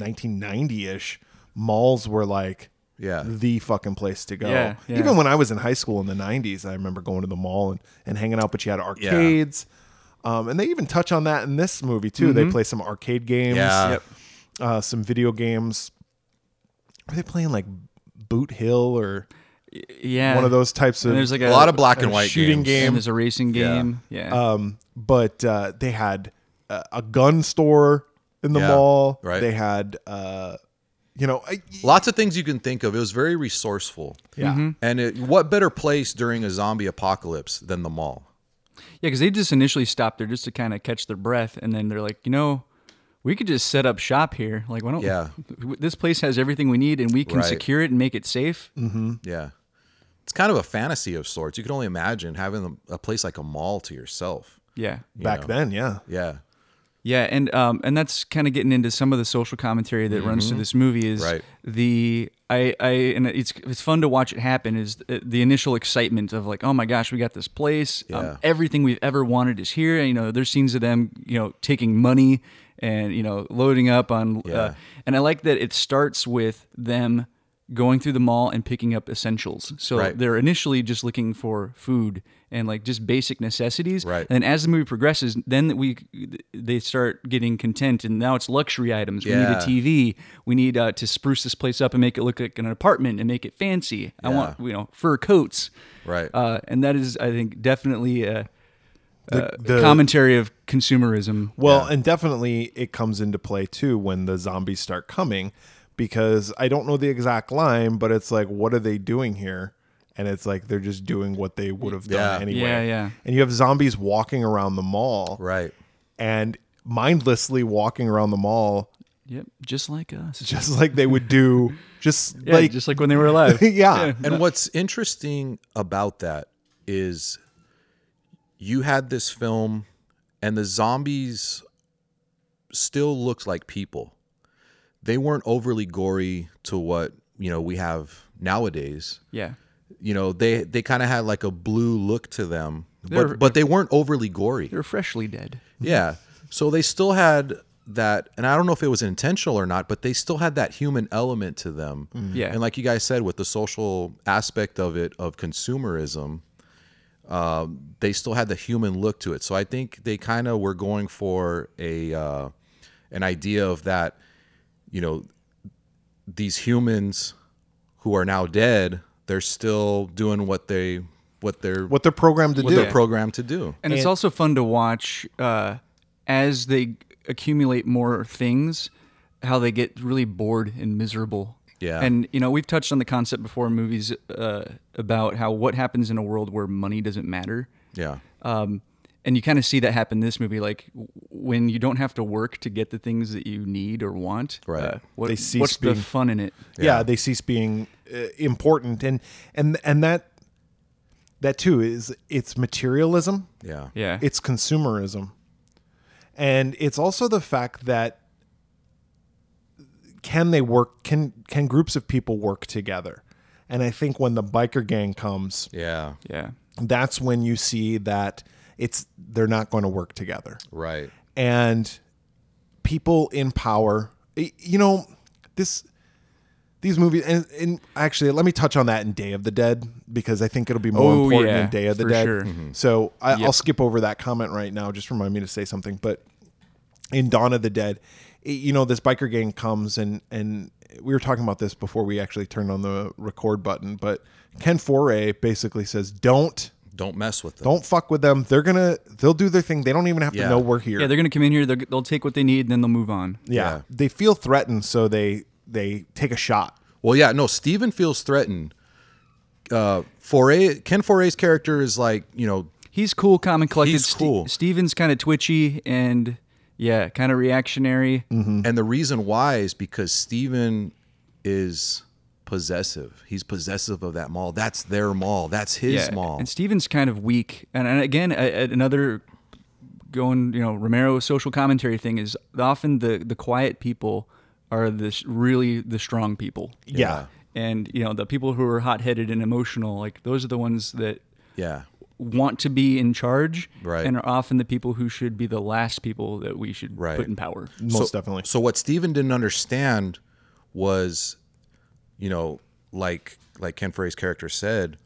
1990 ish, malls were like Yeah. the fucking place to go. Yeah, yeah. Even when I was in high school in the 90s, I remember going to the mall and, and hanging out, but you had arcades. Um, and they even touch on that in this movie, too. They play some arcade games, Yeah. Yep. uh, some video games. Are they playing like Boot Hill or Yeah. one of those types of And there's like A lot of black and white shooting games. game. And there's a racing game. Yeah. um but uh they had a, a gun store in the Yeah, mall right. they had uh you know I, Lots of things you can think of. It was very resourceful. yeah And it, what better place during a zombie apocalypse than the mall? Yeah, because they just initially stopped there just to kind of catch their breath, and then they're like, you know, we could just set up shop here. Like, why don't? Yeah. This place has everything we need, and we can Right. Mm. secure it and make it safe. Yeah. It's kind of a fantasy of sorts. You can only imagine having a, a place like a mall to yourself. Yeah. back then yeah Yeah. Yeah, and um, and that's kind of getting into some of the social commentary that runs through this movie. Is Mm-hmm. Right. the I I and it's it's fun to watch it happen. Is the, the initial excitement of like, oh my gosh, we got this place. Yeah. Um, everything we've ever wanted is here. And, you know, there's scenes of them, you know, taking money and you know loading up on. Yeah. Uh, and I like that it starts with them going through the mall and picking up essentials. So Right. they're initially just looking for food and like just basic necessities. Right. And as the movie progresses, then we they start getting content, and now it's luxury items. Yeah. We need a TV. We need uh, to spruce this place up and make it look like an apartment and make it fancy. I want you know fur coats, Right. uh, and that is I think definitely a, The- a the- commentary of consumerism. well and definitely it comes into play too when the zombies start coming because i don't know the exact line but it's like what are they doing here and it's like they're just doing what they would have done Yeah. anyway Yeah, yeah. and you have zombies walking around the mall right. and mindlessly walking around the mall Yep, just like us. just like they would do just yeah, like just like when they were alive. yeah. And what's interesting about that is you had this film and the zombies still looked like people. They weren't overly gory to what, you know, we have nowadays. yeah. You know, they they kind of had like a blue look to them, They're- but but they weren't overly gory. They're freshly dead. Yeah. So they still had that, and I don't know if it was intentional or not, but they still had that human element to them. Yeah. And like you guys said, with the social aspect of it, of consumerism, um, they still had the human look to it. So I think they kind of were going for a uh, an idea of that, you know, these humans who are now dead, they're still doing what they what they're what, what they're programmed to do. they're programmed to do. and it's also fun to watch uh, as they accumulate more things how they get really bored and miserable. Yeah. And you know, we've touched on the concept before in movies uh, about how what happens in a world where money doesn't matter. Yeah. Um, and you kind of see that happen in this movie, like w- when you don't have to work to get the things that you need or want. uh, Right. what, They cease what's the being- fun in it? yeah, they cease being uh, important and and and that that too is it's materialism Yeah. Yeah. it's consumerism and it's also the fact that can they work can can groups of people work together and i think when the biker gang comes Yeah. yeah. that's when you see that it's they're not going to work together Right. and people in power y- you know this these movies and, and actually let me touch on that in day of the dead because i think it'll be more Oh, important yeah, in day of the for dead sure. so I, i'll skip over that comment right now just remind me to say something but in dawn of the dead it- you know this biker gang comes and and we were talking about this before we actually turned on the record button but ken foray basically says don't Don't mess with them. don't fuck with them they're gonna they'll do their thing they don't even have to Yeah. know we're here Yeah, they're gonna come in here. They'll, they'll take what they need, and then they'll move on. yeah. Yeah. They feel threatened, so they they take a shot. Well, yeah, no, Steven feels threatened. Uh Foray Ken Foray's character is like, you know, He's cool, calm, and collected. He's Ste- cool. Steven's kind of twitchy and yeah, kind of reactionary. and the reason why is because Steven is possessive. He's possessive of that mall. That's their mall. That's his yeah. mall. And Steven's kind of weak. And, and again, a, a- another going, you know, Romero social commentary thing is often the the quiet people are the s- really the strong people. Yeah. And you know, the people who are hot headed and emotional, like those are the ones that Yeah. want to be in charge Right. and are often the people who should be the last people that we should Right. put in power. Most definitely. So what Steven didn't understand was, you know, like like Ken Foray's character said,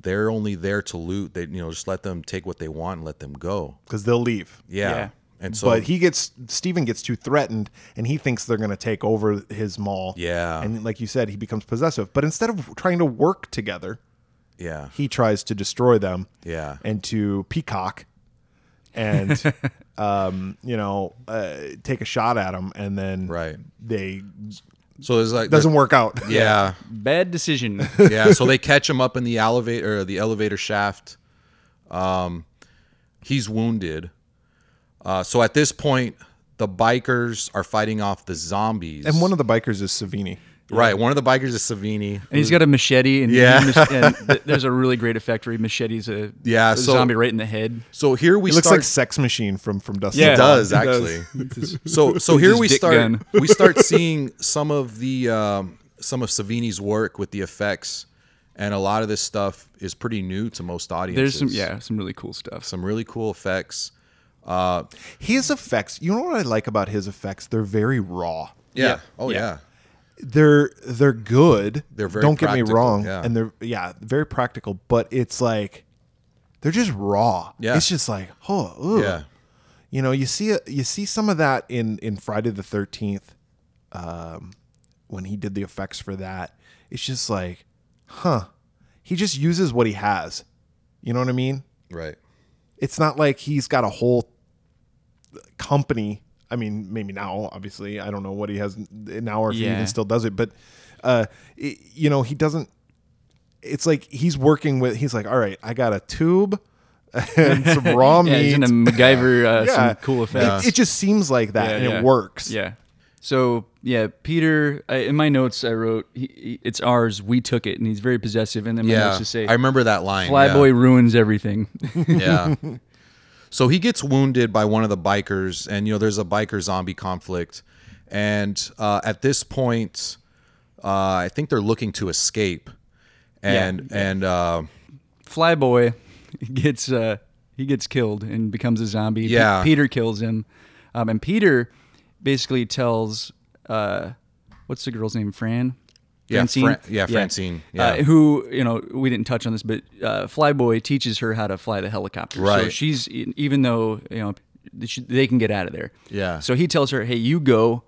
they're only there to loot. They you know, just let them take what they want and let them go. Because they'll leave. Yeah. Yeah. And so but he gets Steven gets too threatened and he thinks they're gonna take over his mall. Yeah. And like you said, he becomes possessive. But instead of trying to work together, yeah. he tries to destroy them. Yeah. And to peacock and um, you know, uh, take a shot at him and then Right. they So it's like doesn't work out. yeah. Bad decision. yeah so they catch him up in the elevator or the elevator shaft um he's wounded uh so at this point the bikers are fighting off the zombies And one of the bikers is Savini. right one of the bikers is savini And he's got a machete, and, Yeah. he mach- and th- there's a really great effect where he machetes a, Yeah, a so- zombie right in the head. so here we It looks start like Sex Machine from from Dusty. Yeah. it does It actually so so It's here his we dick start gun. we start seeing some of the um some of savini's work with the effects and a lot of this stuff is pretty new to most There's audiences some yeah, some really cool stuff. some really cool effects His effects, you know what I like about his effects? They're very raw. yeah, Yeah. oh Yeah. yeah. They're they're good. They're very Don't get me practical, wrong. yeah. And they're yeah, very practical, but it's like they're just raw. Yeah. It's just like, oh, ugh. yeah. You know, you see you see some of that in in Friday the 13th um when he did the effects for that. It's just like, huh. He just uses what he has. You know what I mean? Right. it's not like he's got a whole company. I mean, maybe now, obviously, I don't know what he has now or if he Yeah. even still does it, but uh, i you know, he doesn't. It's like he's working with. He's like, all right, I got a tube and some raw Yeah, meat. he's in a MacGyver uh, Yeah. some cool effects. It, it just seems like that, and yeah. it works. Yeah. So yeah, Peter. I, in my notes, I wrote he, he- it's ours. We took it, and he's very possessive. And then my Yeah. notes just say I remember that line. yeah. Flyboy ruins everything. yeah. So he gets wounded by one of the bikers, and you know there's a biker zombie conflict, and uh, at this point, uh, I think they're looking to escape, and and uh, Flyboy gets uh, he gets killed and becomes a zombie. Pe- Yeah. Peter kills him, um, and Peter basically tells uh, what's the girl's name? Fran. Yeah, Fran- yeah, Francine, yeah. Uh, who you know we didn't touch on this, but uh, Flyboy teaches her how to fly the helicopter. So Right. she's e, even though you know she- they can get out of there. Yeah. So he tells her, "Hey, you go.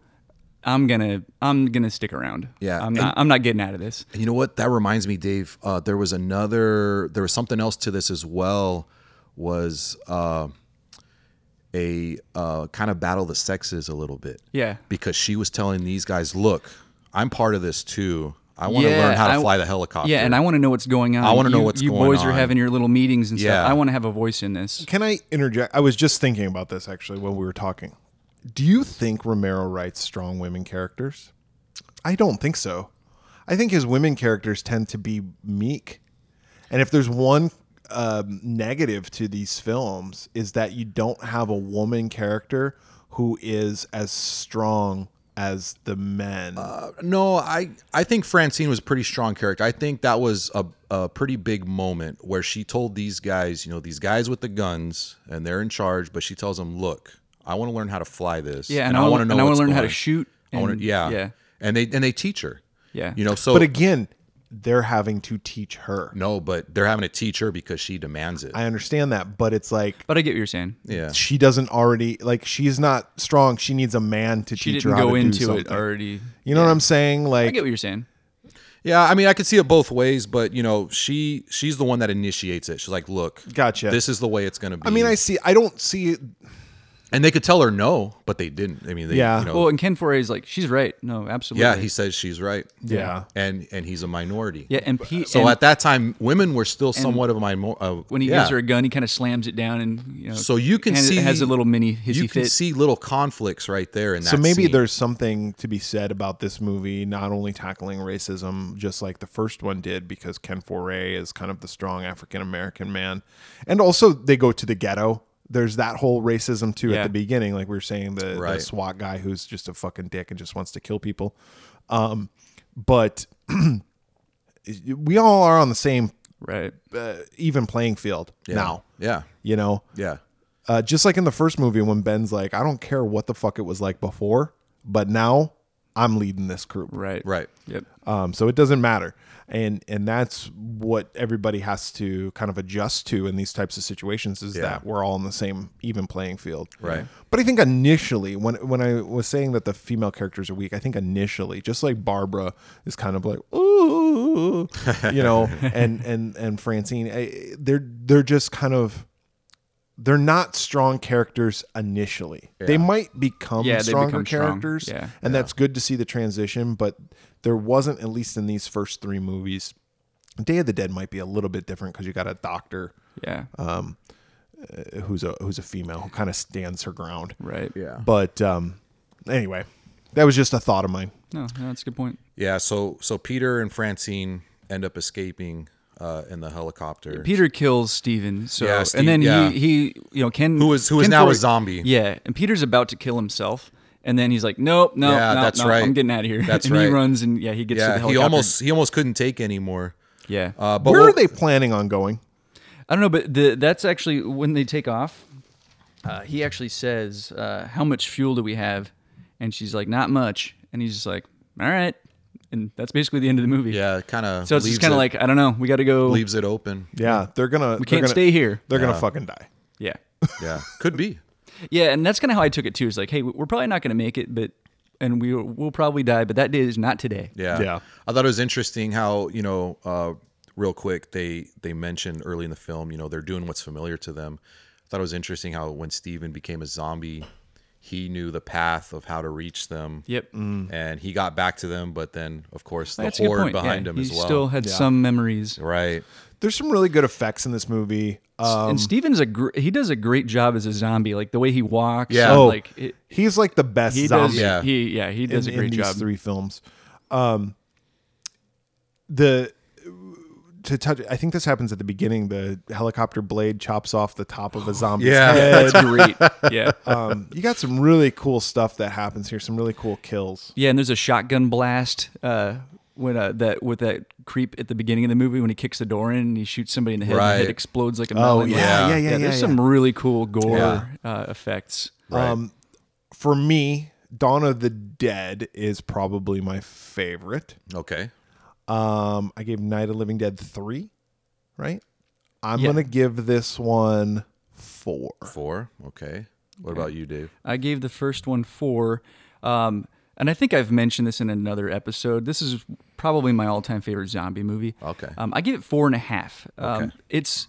I'm gonna I'm gonna stick around. Yeah, I'm and- not I'm not getting out of this. you know what that reminds me, Dave. Uh, there was another. There was something else to this as well. Was uh, a uh, kind of battle of the sexes a little bit Yeah. because she was telling these guys, "Look, I'm part of this too. I want to Yeah, learn how to I- fly the helicopter." Yeah, and I want to know what's going on. I wanna know what's you going boys are on. having your little meetings and Yeah. stuff. I want to have a voice in this. Can I interject? I was just thinking about this actually when we were talking. Do you think Romero writes strong women characters? I don't think so. I think his women characters tend to be meek. And if there's one um, negative to these films is that you don't have a woman character who is as strong as the men. no, I I think Francine was a pretty strong character. I think that was a, a pretty big moment where she told these guys, you know, these guys with the guns and they're in charge, but she tells them, "Look, I want to learn how to fly this. Yeah, and, I want to And I want what's to learn how going to shoot. on." I wanna- and- yeah, Mm, yeah, And they and they teach her. yeah. You know, so but again, they're having to teach her. no, but they're having to teach her because she demands it. I understand that, but it's like but I get what you're saying. yeah. she doesn't already like she's not strong. She needs a man to She teach didn't her how go to do into something. it already. You know what I'm saying? I get Like what you're saying. Yeah, I mean, I could see it both ways, but you know, she she's the one that initiates it. She's like, "Look, Gotcha. This is the way it's going to be." I mean, I see. I don't see. and they could tell her no, but they didn't. I mean, they, Yeah. you know, Well, and Ken Foray is like, she's right. No, absolutely. Oh. yeah, he says she's right. Yeah. and and he's a minority. yeah, and P- So and at that time, women were still somewhat of a minority. Uh, when he yeah. gives her a gun, he kind of slams it down, and you know, so you can and it see has a little mini hissy You can fit. see little conflicts right there in that. So maybe scene. there's something to be said about this movie not only tackling racism, just like the first one did, because Ken Foray is kind of the strong African American man, and also they go to the ghetto. There's that whole racism too at Yeah. the beginning, like we were saying, the, the Right. SWAT guy who's just a fucking dick and just wants to kill people. Um, but we all are on the same right. uh, even playing field now. yeah, You know, yeah, uh, just like in the first movie when Ben's like, I don't care what the fuck it was like before, but now I'm leading this group. Right. right. Uh, Yep. Um, so it doesn't matter, and and that's what everybody has to kind of adjust to in these types of situations is that we're all on the same even playing field. Right. But I think initially, when when I was saying that the female characters are weak, I think initially, just like Barbara is kind of like, ooh, you know, and and and Francine, I, they're they're just kind of they're not strong characters initially. They might become Yeah, they stronger become strong. characters, Yeah. and that's good to see the transition. But there wasn't, at least in these first three movies. Day of the Dead might be a little bit different because you got a doctor Yeah. uh, who's a who's a female who kind of stands her ground. right. Yeah, But um, anyway, that was just a thought of mine. No, no, that's a good point. yeah. So so Peter and Francine end up escaping uh, in the helicopter. Peter kills Steven. So Yeah, Steve- and then yeah. he he you know Ken Who is- who is Ken now a Foree- zombie. Yeah, and Peter's about to kill himself, and then he's like, nope, no, Yeah, no, that's no, right. I'm getting out of here. That's and He right. runs and yeah, he gets to the yeah, he helicopter. almost he almost couldn't take anymore. yeah. Uh, but Where we'll- are they planning on going? I don't know, but the, that's actually when they take off. Uh, he actually says, uh, "How much fuel do we have?" And she's like, "Not much." And he's just like, "All right," and that's basically the end of the movie. Yeah, kind of. So it's just kind of like oh. I don't know. We got to go. leaves it open. Yeah, they're gonna. We can't stay here. They're gonna fucking die. Yeah. Yeah, could be. Yeah, and that's kind of how I took it too. It's like, hey, we're probably not going to make it, but and we will probably die, but that day is not today. Yeah. Yeah. I thought it was interesting how, you know, uh, real quick, they they mentioned early in the film, you know, they're doing what's familiar to them. I thought it was interesting how when Steven became a zombie, he knew the path of how to reach them. Yep. Mm. And he got back to them, but then of course Mm. the That's a good horde point. behind yeah. him he as well. still had some memories. right. There's some really good effects in this movie. Uh, and Steven's a gr- he does a great job as a zombie, like the way he walks. Yeah. and, Oh. like it, he's like the best he does. zombie Yeah. He yeah he in, does in a great these job. three films. Um, the to touch, I think this happens at the beginning. The helicopter blade chops off the top of a zombie's Yeah. head. That's great. Yeah. Um, you got some really cool stuff that happens here. Some really cool kills. Yeah, and there's a shotgun blast uh, when uh, that with that creep at the beginning of the movie when he kicks the door in and he shoots somebody in the head. and The Right. head explodes like a melon. yeah, yeah, Oh, yeah, There's yeah, some really cool gore Yeah. uh, effects. Right. Um, for me, Dawn of the Dead is probably my favorite. okay. Um, I gave Night of the Living Dead three, right? I'm Yeah. gonna give this one four. Four. Okay. What about you, Dave? I gave the first one four. Um, and I think I've mentioned this in another episode. This is probably my all time favorite zombie movie. Okay. Um, I give it four and a half. Um, It's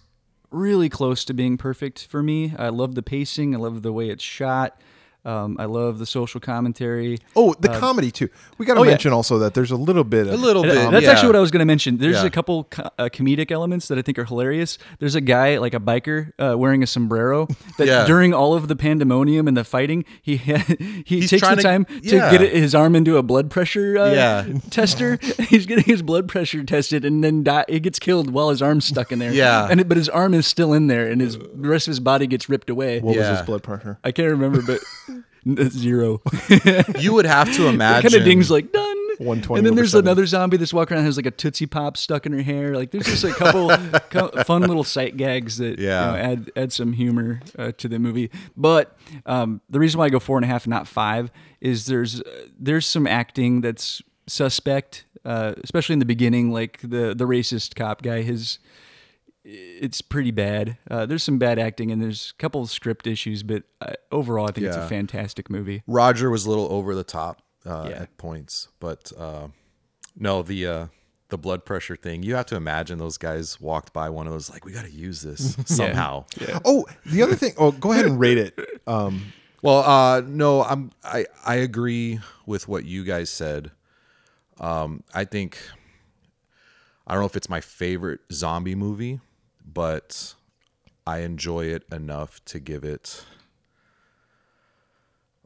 really close to being perfect for me. I love the pacing. I love the way it's shot. Um, I love the social commentary. Oh, the comedy too. We got to Uh, oh, yeah. mention also that there's a little bit of A little And, uh, bit. That's yeah. actually what I was going to mention. There's Yeah. a couple co- uh, comedic elements that I think are hilarious. There's a guy, like a biker, uh, wearing a sombrero. That Yeah. during all of the pandemonium and the fighting, he ha- he takes the trying to- time to, yeah. get his arm into a blood pressure uh, Yeah. tester. He's getting his blood pressure tested, and then die- it gets killed while his arm's stuck in there. Yeah. and it, but his arm is still in there, and his the rest of his body gets ripped away. What was Yeah. his blood pressure? I can't remember, but. Zero. you would have to imagine. Kind of dings like done. 120 And then over there's 70. another zombie that's walking around has like a tootsie pop stuck in her hair. Like there's just a couple co- fun little sight gags that you Yeah. know, add add some humor uh, to the movie. But um, the reason why I go four and a half, and not five, is there's uh, there's some acting that's suspect, uh, especially in the beginning. Like the the racist cop guy, his it's pretty bad. Uh, there's some bad acting, and there's a couple of script issues. But uh, overall, I think it's Yeah. a fantastic movie. Roger was a little over the top uh, Yeah. at points, but uh, no, the uh, the blood pressure thing. You have to imagine those guys walked by one of those like, we got to use this somehow. Oh, the other thing. Oh, go ahead and rate it. Um, Well, uh, no, I'm I I agree with what you guys said. Um, I think I don't know if it's my favorite zombie movie, but I enjoy it enough to give it.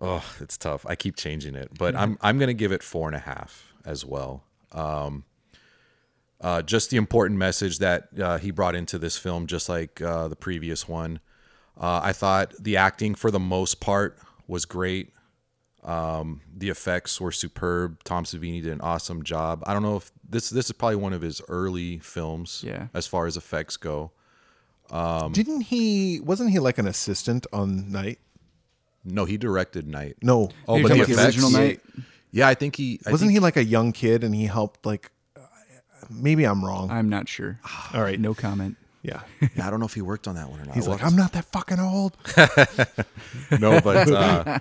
Oh, it's tough. I keep changing it, but I'm I'm gonna give it four and a half as well. Um, uh, just the important message that uh, he brought into this film, just like uh, the previous one. Uh, I thought the acting, for the most part, was great. Um, the effects were superb. Tom Savini did an awesome job. I don't know if this this is probably one of his early films, Yeah. as far as effects go. Um, didn't he? Wasn't he like an assistant on Night? No, he directed Night. No. Oh, You're but talking the about the effects. original night? Yeah, I think he I Wasn't think- he like a young kid and he helped like? uh, Maybe I'm wrong. I'm not sure. All right. No comment. Yeah. Yeah, I don't know if he worked on that one or not. He's We'll like, have I'm not that fucking old. to- no, but uh,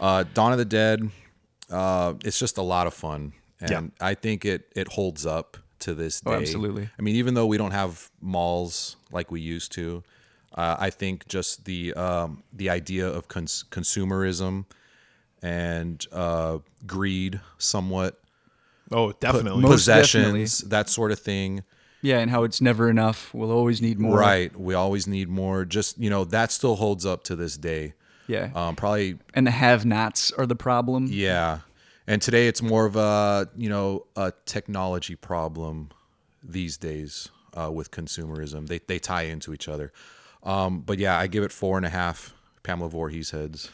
uh, Dawn of the Dead. Uh, it's just a lot of fun, and Yeah. I think it it holds up to this day. Oh, absolutely. I mean, even though we don't have malls like we used to, uh, I think just the um, the idea of cons- consumerism and uh, greed, somewhat Oh, definitely. Most possessions, that sort of thing. Yeah, and how it's never enough. We'll always need more. Right. We always need more. Just you know, that still holds up to this day. Yeah. Um, probably, and the have-nots are the problem. yeah. And today it's more of a you know a technology problem these days uh, with consumerism. They they tie into each other. Um, but yeah, I give it four and a half. Pamela Voorhees heads.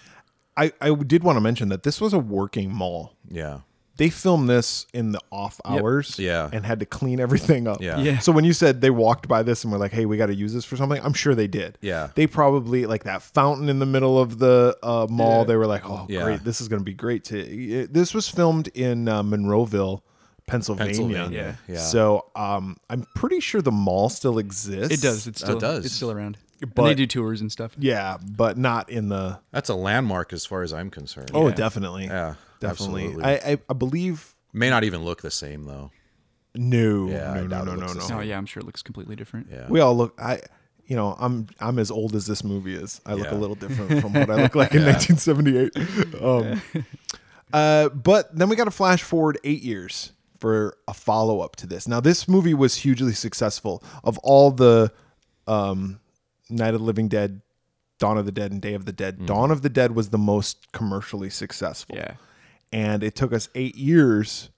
I, I did want to mention that this was a working mall. Yeah. They filmed this in the off hours Yeah. and had to clean everything up. Yeah. Yeah. So when you said they walked by this and were like, hey, we got to use this for something, I'm sure they did. Yeah. They probably, like that fountain in the middle of the uh, mall, they were like, oh, Yeah. great. This is going to be great. To it- This was filmed in uh, Monroeville, Pennsylvania. Pennsylvania, yeah. So um, I'm pretty sure the mall still exists. It does. It's still does. It's still around. and But- they do tours and stuff. Yeah, but not in the That's a landmark as far as I'm concerned. Oh, definitely. Yeah, definitely. absolutely. I, I I believe May not even look the same though. no, Yeah, I no, no, doubt it no, no, looks the no. same. Oh yeah, I'm sure it looks completely different. Yeah. We all look. I, you know, I'm I'm as old as this movie is. I look Yeah. a little different from what I look like in 1978. Um, uh, but then we got to flash forward eight years for a follow up to this. Now, this movie was hugely successful. Of all the um, Night of the Living Dead, Dawn of the Dead, and Day of the Dead, Mm. Dawn of the Dead was the most commercially successful. Yeah. and it took us eight years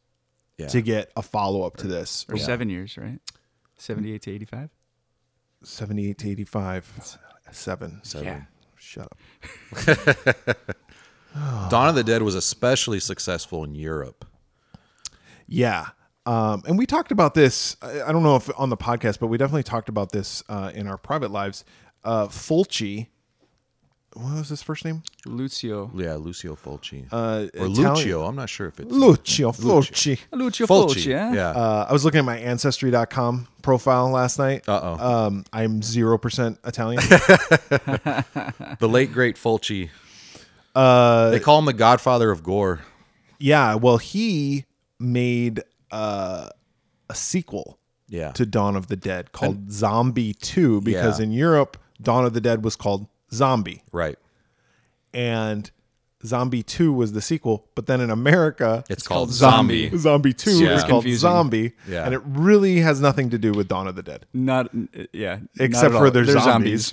Yeah. to get a follow up to this. Or seven years, right? Seventy-eight to eighty-five. 78 to 85, seven. Seven. Yeah. Shut up. Dawn of the Dead was especially successful in Europe. Yeah. Um, and we talked about this. I I don't know if on the podcast, but we definitely talked about this uh, in our private lives. Uh, Fulci, what was his first name? Lucio. Yeah, Lucio Fulci Uh, or Italian- Lucio. I'm not sure if it's Lucio Fulci. Lucio Fulci. eh? Fulci. Yeah. Yeah. Uh, I was looking at my ancestry.com profile last night. Uh-oh. Um, I'm 0% Italian. The late great Fulci. Uh, they call him the Godfather of Gore. Yeah, well, he made uh, a sequel Yeah. to Dawn of the Dead called Zombie 2 because Yeah. in Europe, Dawn of the Dead was called Zombie. Right. And Zombie 2 was the sequel, but then in America, It's, called, called Zombie. Zombie. Zombie 2 Yeah. is It's called confusing. Zombie. Yeah. And it really has nothing to do with Dawn of the Dead. Not uh, yeah. not Except at for all. they're They're zombies.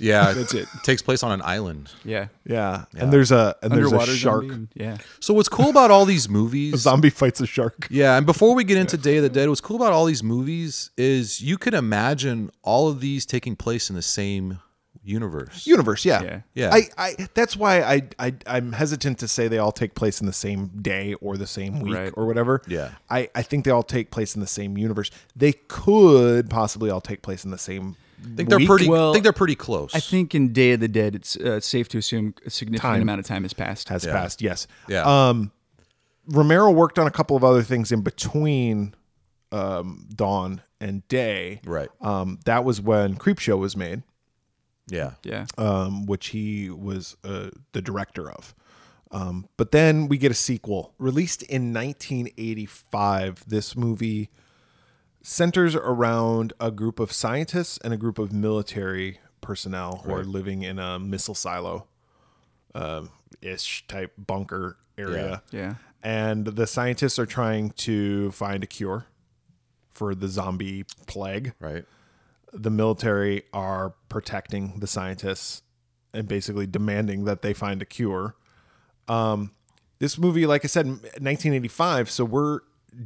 Yeah. That's it. Takes place on an island. Yeah. Yeah. And there's a and there's Underwater a shark. zombie and- yeah. So what's cool about all these movies? Zombie fights a shark. Yeah, and before we get into Day of the Dead, what's cool about all these movies is you could imagine all of these taking place in the same universe. Universe, yeah. Yeah. Yeah. I, I that's why I, I I'm hesitant to say they all take place in the same day or the same week Right. or whatever. Yeah. I, I think they all take place in the same universe. They could possibly all take place in the same I think they're week. pretty. Well, I think they're pretty close. I think in Day of the Dead, it's uh, safe to assume a significant Time. amount of time has passed. has passed, yes. Yeah. Romero worked on a couple of other things in between um, Dawn and Day. right. Um, that was when Creepshow was made, Yeah. Yeah. um, which he was uh, the director of. Um, but then we get a sequel released in 1985. This movie centers around a group of scientists and a group of military personnel who are living in a missile silo um, ish type bunker area Yeah. and the scientists are trying to find a cure for the zombie plague. Right. The military are protecting the scientists and basically demanding that they find a cure. Um, this movie, like I said, 1985, so we're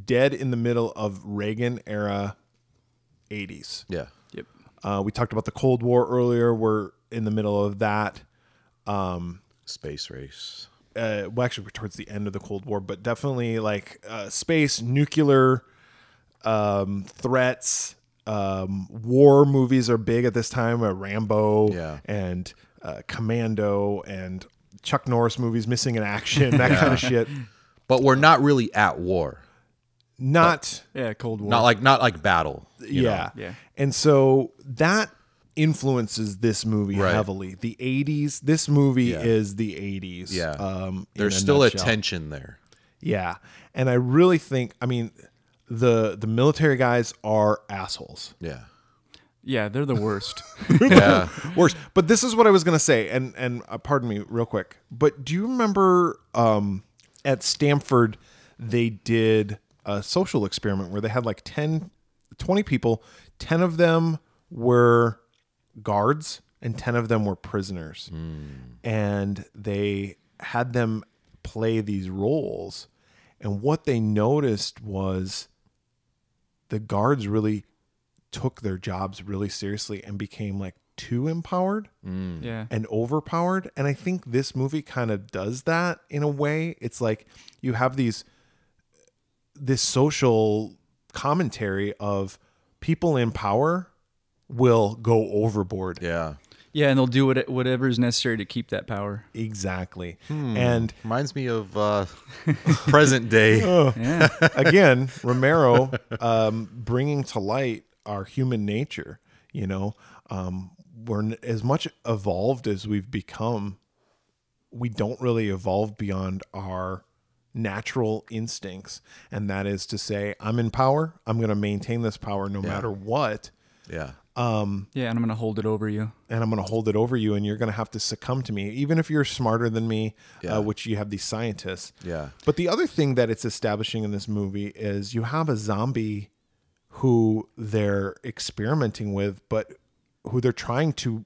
dead in the middle of Reagan era 80s. Yeah. Yep. Uh, we talked about the Cold War earlier. We're in the middle of that. Space race. uh, well, actually, we're towards the end of the Cold War, but definitely like uh, space, nuclear um, threats. Um, war movies are big at this time. Uh, Rambo Yeah. and uh, Commando and Chuck Norris movies, Missing in Action, that kind of shit. But we're not really at war. Not Yeah. Cold War. Not like not like battle. you know? yeah. Yeah. And so that influences this movie Right. heavily. The 80s. This movie is the 80s. Yeah. Um, in There's still a nutshell. tension there. Yeah, and I really think I mean the the military guys are assholes. Yeah. yeah. They're the worst. Yeah. Worse, but this is what I was gonna say, and and uh, pardon me, real quick. But do you remember um, at Stanford they did a social experiment where they had like 10, 20 people, ten of them were guards and ten of them were prisoners, and they had them play these roles, and what they noticed was the guards really took their jobs really seriously and became like too empowered yeah. and overpowered. And I think this movie kind of does that in a way. It's like you have these this social commentary of people in power will go overboard. Yeah. Yeah. And they'll do what, whatever is necessary to keep that power. Exactly. And Reminds me of uh, present day. Yeah. again, Romero um, bringing to light our human nature. You know, um, we're n- as much evolved as we've become. We don't really evolve beyond our natural instincts, and that is to say, I'm in power. I'm going to maintain this power no matter what, Yeah. yeah. And I'm going to hold it over you. and I'm going to hold it over you, and you're going to have to succumb to me, even if you're smarter than me, uh, which you have these scientists. Yeah. But the other thing that it's establishing in this movie is you have a zombie who they're experimenting with, but who they're trying to,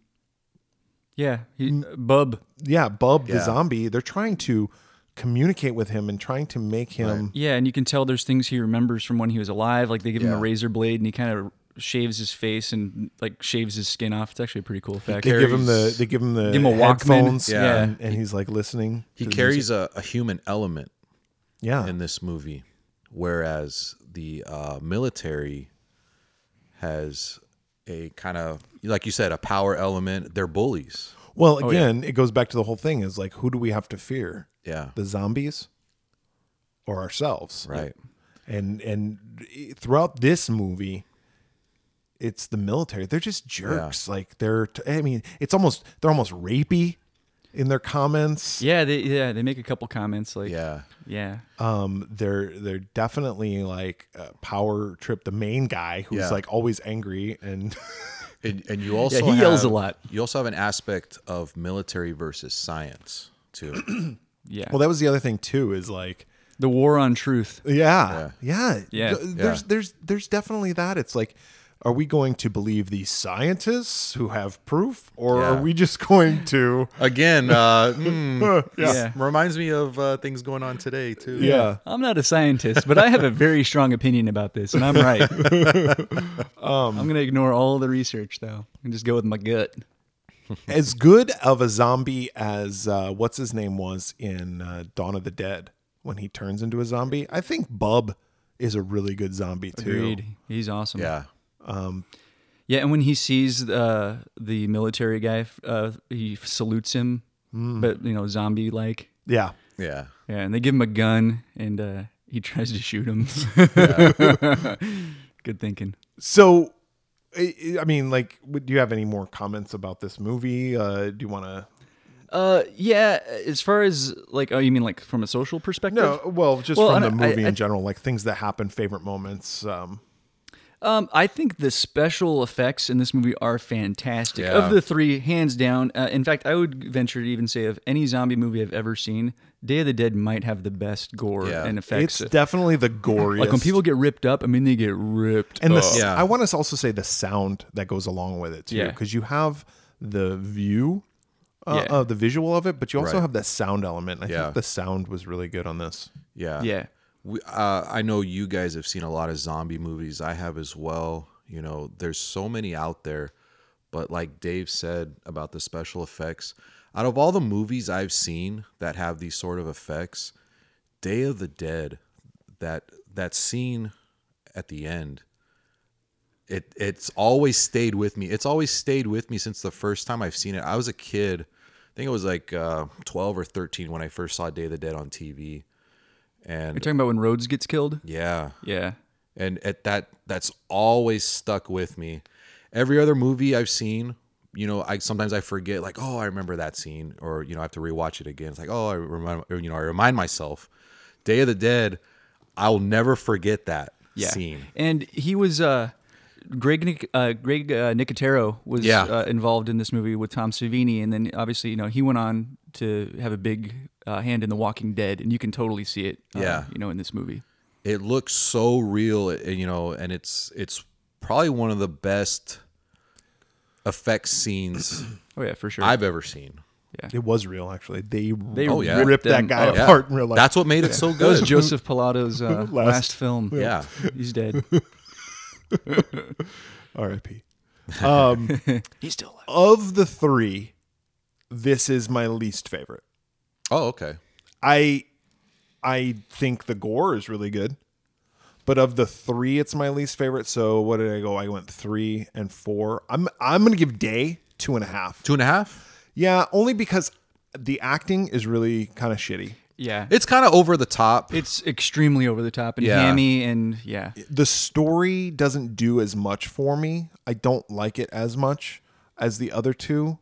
Yeah. He, Bub. yeah, Bub the Yeah. zombie, they're trying to communicate with him and trying to make him, Yeah. And you can tell there's things he remembers from when he was alive. Like they give him a Yeah. razor blade and he kind of shaves his face and like shaves his skin off. It's actually a pretty cool effect. they give him the, carries- they give him the Give him a Walkman. headphones Yeah. and, and he's like listening. He to the carries a, a human element music. yeah. in this movie, whereas the uh, military has a kind of, like you said, a power element. They're bullies. well, again, it goes back to the whole thing is like, who do we have to fear? Yeah. The zombies or ourselves? Right. and and throughout this movie it's the military they're just jerks like they're t- i mean it's almost they're almost rapey in their comments. Yeah, they yeah they make a couple comments like yeah, Yeah. Um, they're they're definitely like uh, power trip. The main guy who's Yeah. like always angry and And, and you also he yells have- a lot. You also have an aspect of military versus science too. yeah. well, that was the other thing too. Is like the war on truth. Yeah. Yeah. Yeah. Th- There's Yeah. there's there's definitely that. It's like are we going to believe the scientists who have proof or Yeah. are we just going to Again, uh, mm, Yeah. reminds me of uh, things going on today too. Yeah. I'm not a scientist, but I have a very strong opinion about this, and I'm right. I'm gonna ignore all the research though and just go with my gut. As good of a zombie as uh, what's his name was in uh, Dawn of the Dead when he turns into a zombie. I think Bub is a really good zombie too. Agreed. He's awesome. Yeah. Yeah, and when he sees uh, the military guy, uh, he salutes him, Hmm. but you know, zombie like. Yeah. Yeah. Yeah, and they give him a gun, and uh, he tries to shoot him. Good thinking. So I I- I mean like would- do you have any more comments about this movie? Uh, do you want to Uh, yeah. As far as like, oh, you mean like from a social perspective? No, well, just Well, from the and I- movie I- in general, like things that happen, favorite moments. Um, Um, I think the special effects in this movie are fantastic. Yeah. Of the three, hands down. Uh, in fact, I would venture to even say of any zombie movie I've ever seen, Day of the Dead might have the best gore Yeah. and effects. it's definitely the goriest. like when people Oh. get ripped up, I mean they get ripped. and the up. s- Yeah. I want to also say the sound that goes along with it too, Yeah. because you have the view, uh, Yeah. uh, the visual of it, but you also Right. have that sound element. I Yeah. think the sound was really good on this. Yeah. yeah. We, uh, I know you guys have seen a lot of zombie movies. I have as well. You know, there's so many out there. But like Dave said about the special effects, out of all the movies I've seen that have these sort of effects, Day of the Dead, that that scene at the end, it it's always stayed with me. It's always stayed with me since the first time I've seen it. I was a kid. I think I was like uh, 12 or 13 when I first saw Day of the Dead on TV. And You're talking about when Rhodes gets killed? yeah. Yeah. And at that that's always stuck with me. Every other movie I've seen, you know, I sometimes I forget like, oh, I remember that scene or you know, I have to rewatch it again. It's like, oh, I remind or, you know, I remind myself. Day of the Dead, I'll never forget that Yeah. scene. And he was uh Greg Nic- uh, Greg uh, Nicotero was Yeah. uh, involved in this movie with Tom Savini, and then obviously you know he went on to have a big uh, hand in The Walking Dead, and you can totally see it. uh, Yeah. you know in this movie. It looks so real, it- you know, and it's it's probably one of the best effect scenes Oh yeah, for sure. I've ever seen. It was real, actually. They, They Oh, yeah. ripped, that them guy up. Yeah. apart in real life. That's what made it so that was good. Joseph Pilato's uh, last, Last- film. yeah. he's dead. R.I.P. Um, he's still alive. of the three, this is my least favorite. Oh, okay. I I think the gore is really good. But of the three, it's my least favorite. So what did I go? I went three and four. I'm I'm gonna give Day two and a half. Two and a half? Yeah, only because the acting is really kind of shitty. Yeah, It's kind of over the top. it's extremely over the top and Yeah. hammy, and yeah, The story doesn't do as much for me. I don't like it as much as the other two.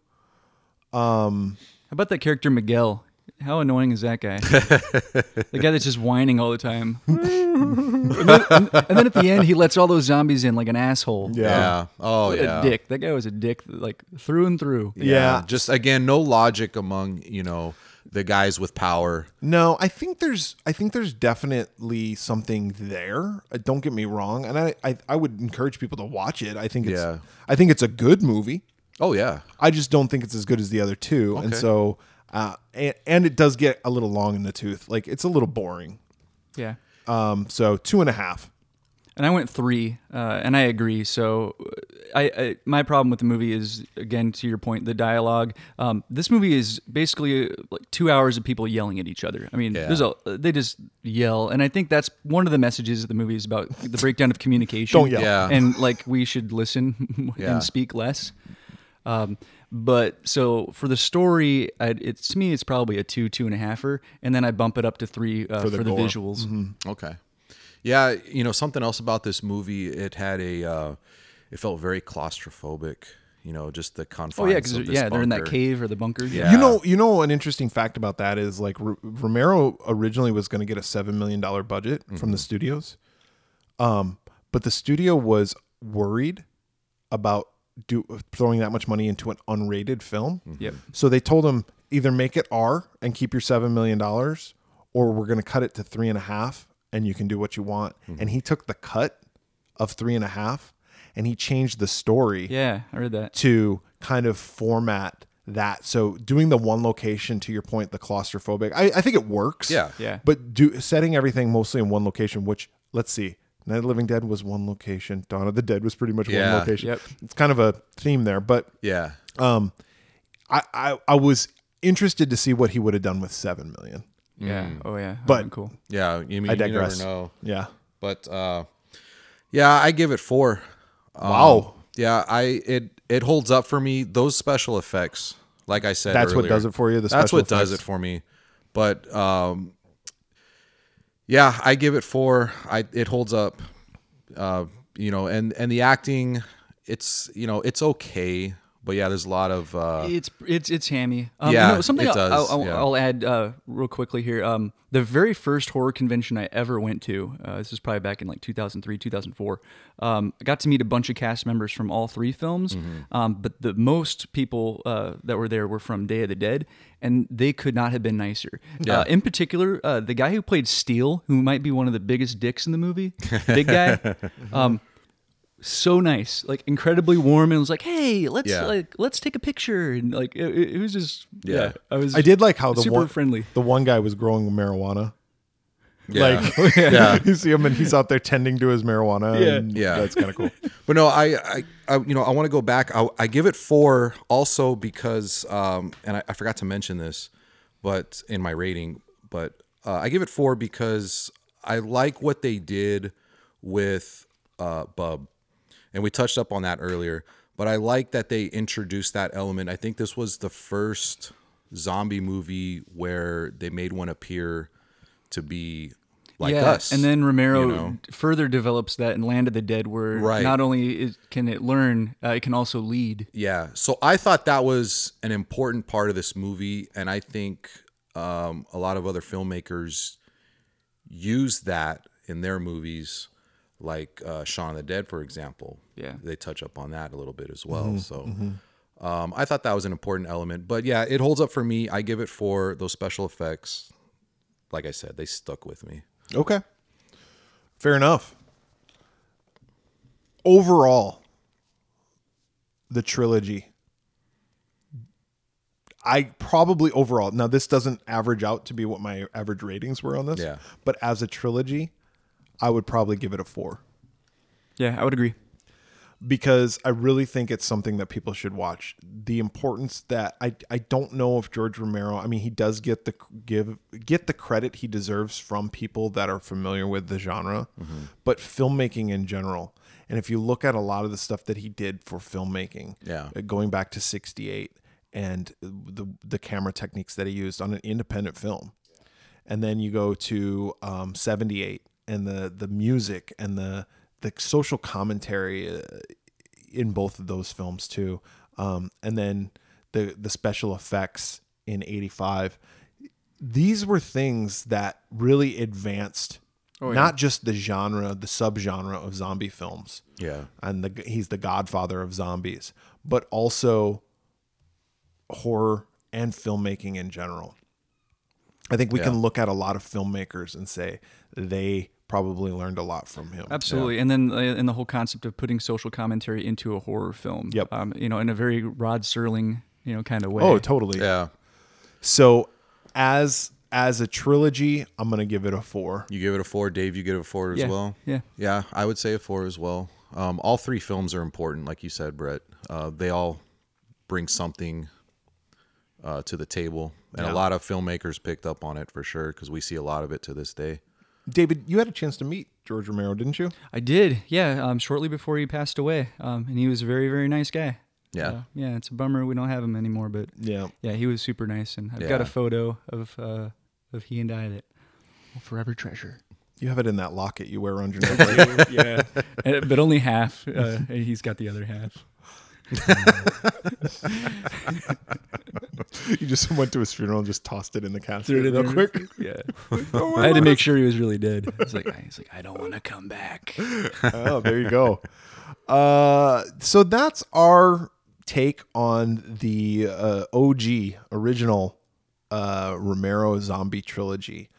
How about that character Miguel? How annoying is that guy? the guy that's just whining all the time. and, then, and then at the end, he lets all those zombies in like an asshole. yeah. Oh, What a yeah. dick. That guy was a dick, like through and through. Yeah. Just again, no logic among you know the guys with power. No, I think there's I think there's definitely something there. Uh, Don't get me wrong, and I I, I would encourage people to watch it. I think it's Yeah. I think it's a good movie. Oh yeah. I just don't think it's as good as the other two, and so uh, and, and it does get a little long in the tooth. Like it's a little boring. Yeah. Um, so two and a half. And I went three, uh, and I agree. So, uh, I, I my problem with the movie is again to your point, the dialogue. Um, this movie is basically uh, like two hours of people yelling at each other. I mean, there's a they just yell, and I think that's one of the messages of the movie is about the breakdown of communication. Don't yell. Yeah. and like we should listen Yeah. and speak less. Um, but so for the story, I, it's to me it's probably a two two and a halfer, and then I bump it up to three uh, for the, the gore. Mm-hmm. visuals. Okay. Yeah. You know something else about this movie? It had a. Uh, it felt very claustrophobic. you know, just the confines. Oh yeah, because of this yeah, they're in that bunker. cave or the bunker. Yeah. You know, you know, an interesting fact about that is like R- Romero originally was going to get a seven million dollar budget from the studios, um, but the studio was worried about do, throwing that much money into an unrated film. Yep. So they told him either make it R and keep your seven million dollars, or we're going to cut it to three and a half, and you can do what you want. And he took the cut of three and a half, and he changed the story Yeah, I read that. to kind of format that. So doing the one location to your point, the claustrophobic, I, I think it works. Yeah. Yeah. But do setting everything mostly in one location, which let's see, Night of the Living Dead was one location. Dawn of the Dead was pretty much Yeah. one location. Yep. It's kind of a theme there, but Yeah. um, I, I I was interested to see what he would have done with seven million. Yeah. Mm. Oh yeah. That But- would've been cool. Yeah. You mean I digress. you never know. Yeah. But uh yeah, I give it four. Um, Wow. Yeah, I it it holds up for me. Those special effects, like I said, That's what earlier, does it for you. The That's special what does it effects. for me. But um yeah, I give it four. I it holds up. Uh, you know, and and the acting, it's you know, it's okay. But yeah, there's a lot of uh It's it's it's hammy. Um, Yeah, you know, something it I'll, does, I'll, yeah. I'll add uh, real quickly here. Um, the very first horror convention I ever went to, uh, this is probably back in like 2003, 2004. Um, I got to meet a bunch of cast members from all three films, Mm-hmm. um, but the most people uh, that were there were from Day of the Dead, and they could not have been nicer. Uh, in particular, uh, the guy who played Steel, who might be one of the biggest dicks in the movie, big guy. um, so nice, like incredibly warm, and was like, "Hey, let's Yeah. like let's take a picture," and like it, it- it was just yeah. Yeah. I was I did like how the super one friendly. the one guy was growing marijuana. yeah. Like Yeah. you see him and he's out there tending to his marijuana. Yeah. and Yeah. That's kind of cool. But no, I, I, I you know, I want to go back. I, I give it four also because, um, and I, I forgot to mention this, but in my rating, but uh, I give it four because I like what they did with uh, Bub, and we touched up on that earlier. But I like that they introduced that element. I think this was the first zombie movie where they made one appear to be like yeah, us, and then Romero you know? further develops that in Land of the Dead, where Right. not only is, can it learn, uh, it can also lead. Yeah. So I thought that was an important part of this movie. And I think um, a lot of other filmmakers use that in their movies, like uh, Shaun of the Dead, for example. Yeah. They touch up on that a little bit as well. So. Um, I thought that was an important element, but yeah, it holds up for me. I give it for those special effects. Like I said, they stuck with me. Okay. Fair enough. Overall, the trilogy. I probably overall, now this doesn't average out to be what my average ratings were on this, Yeah. but as a trilogy, I would probably give it a four Yeah, I would agree. because I really think it's something that people should watch. The importance that I I don't know if George Romero. I mean, he does get the give get the credit he deserves from people that are familiar with the genre, but filmmaking in general. And if you look at a lot of the stuff that he did for filmmaking, Yeah. uh, going back to '68 and the the camera techniques that he used on an independent film, and then you go to um, 78 and the the music and the the social commentary uh, in both of those films too um, and then the the special effects in 85 these were things that really advanced not just the genre the subgenre of zombie films Yeah. and the he's the godfather of zombies, but also horror and filmmaking in general. I think we can look at a lot of filmmakers and say they probably learned a lot from him. Absolutely, and then uh, and the whole concept of putting social commentary into a horror film. Yep. Um, you know, in a very Rod Serling, you know, kind of way. Oh, totally. Yeah. So as as a trilogy, I'm gonna give it a four. You give it a four, Dave. You give it a four as Yeah, well. yeah. yeah. I would say a four as well. Um, all three films are important, like you said, Brett. Uh, they all bring something uh, to the table, and a lot of filmmakers picked up on it for sure because we see a lot of it to this day. David, you had a chance to meet George Romero, didn't you? I did. Yeah. Um, shortly before he passed away, um, and he was a very very nice guy. Yeah, Uh, yeah, it's a bummer we don't have him anymore, but Yeah. Yeah, he was super nice, and I've got Yeah. a photo of uh, of he and I that will forever treasure. You have it in that locket you wear around your neck. right? Eh, yeah, but only half. Uh, and he's got the other half. You just went to his funeral and just tossed it in the casket real quick. Yeah. I had to make sure he was really dead. It's like, he's like, I don't want to come back. oh, there you go. Uh, so that's our take on the uh, OG original uh, Romero zombie trilogy.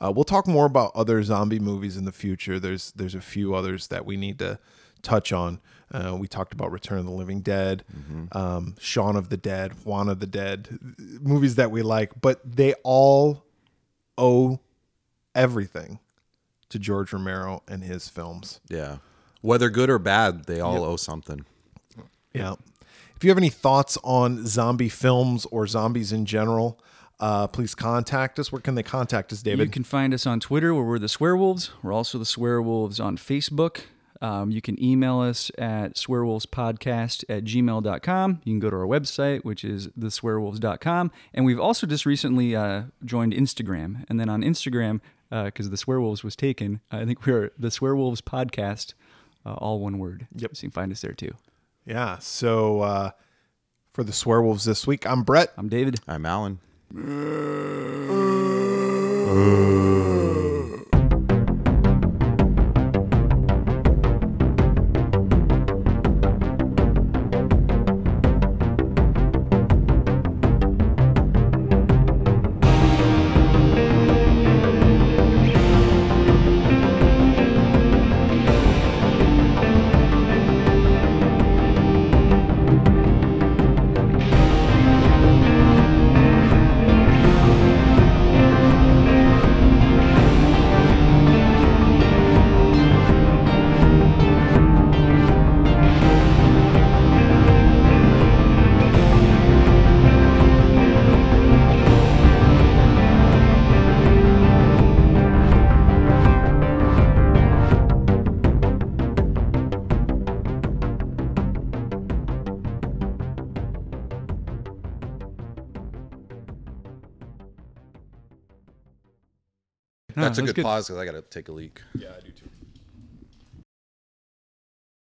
Uh, we'll talk more about other zombie movies in the future. There's there's a few others that we need to touch on. Uh, we talked about Return of the Living Dead, um, Shaun of the Dead, Juan of the Dead, movies that we like, but they all owe everything to George Romero and his films. Yeah. Whether good or bad, they all owe something. Yeah. If you have any thoughts on zombie films or zombies in general, uh, please contact us. Where can they contact us, You David? can find us on Twitter where we're the Swearwolves. We're also the Swearwolves on Facebook. Um, you can email us at swearwolvespodcast at gmail.com. You can go to our website, which is theswearwolves.com. And we've also just recently uh, joined Instagram. And then on Instagram, because the Swearwolves was taken, I think we're the Swearwolves Podcast, uh, all one word. Yep. So you can find us there too. yeah. So uh, for the Swearwolves this week, I'm Brett. I'm David. I'm Alan. That's a that's good, good. pause because I got to take a leak. Yeah, I do too.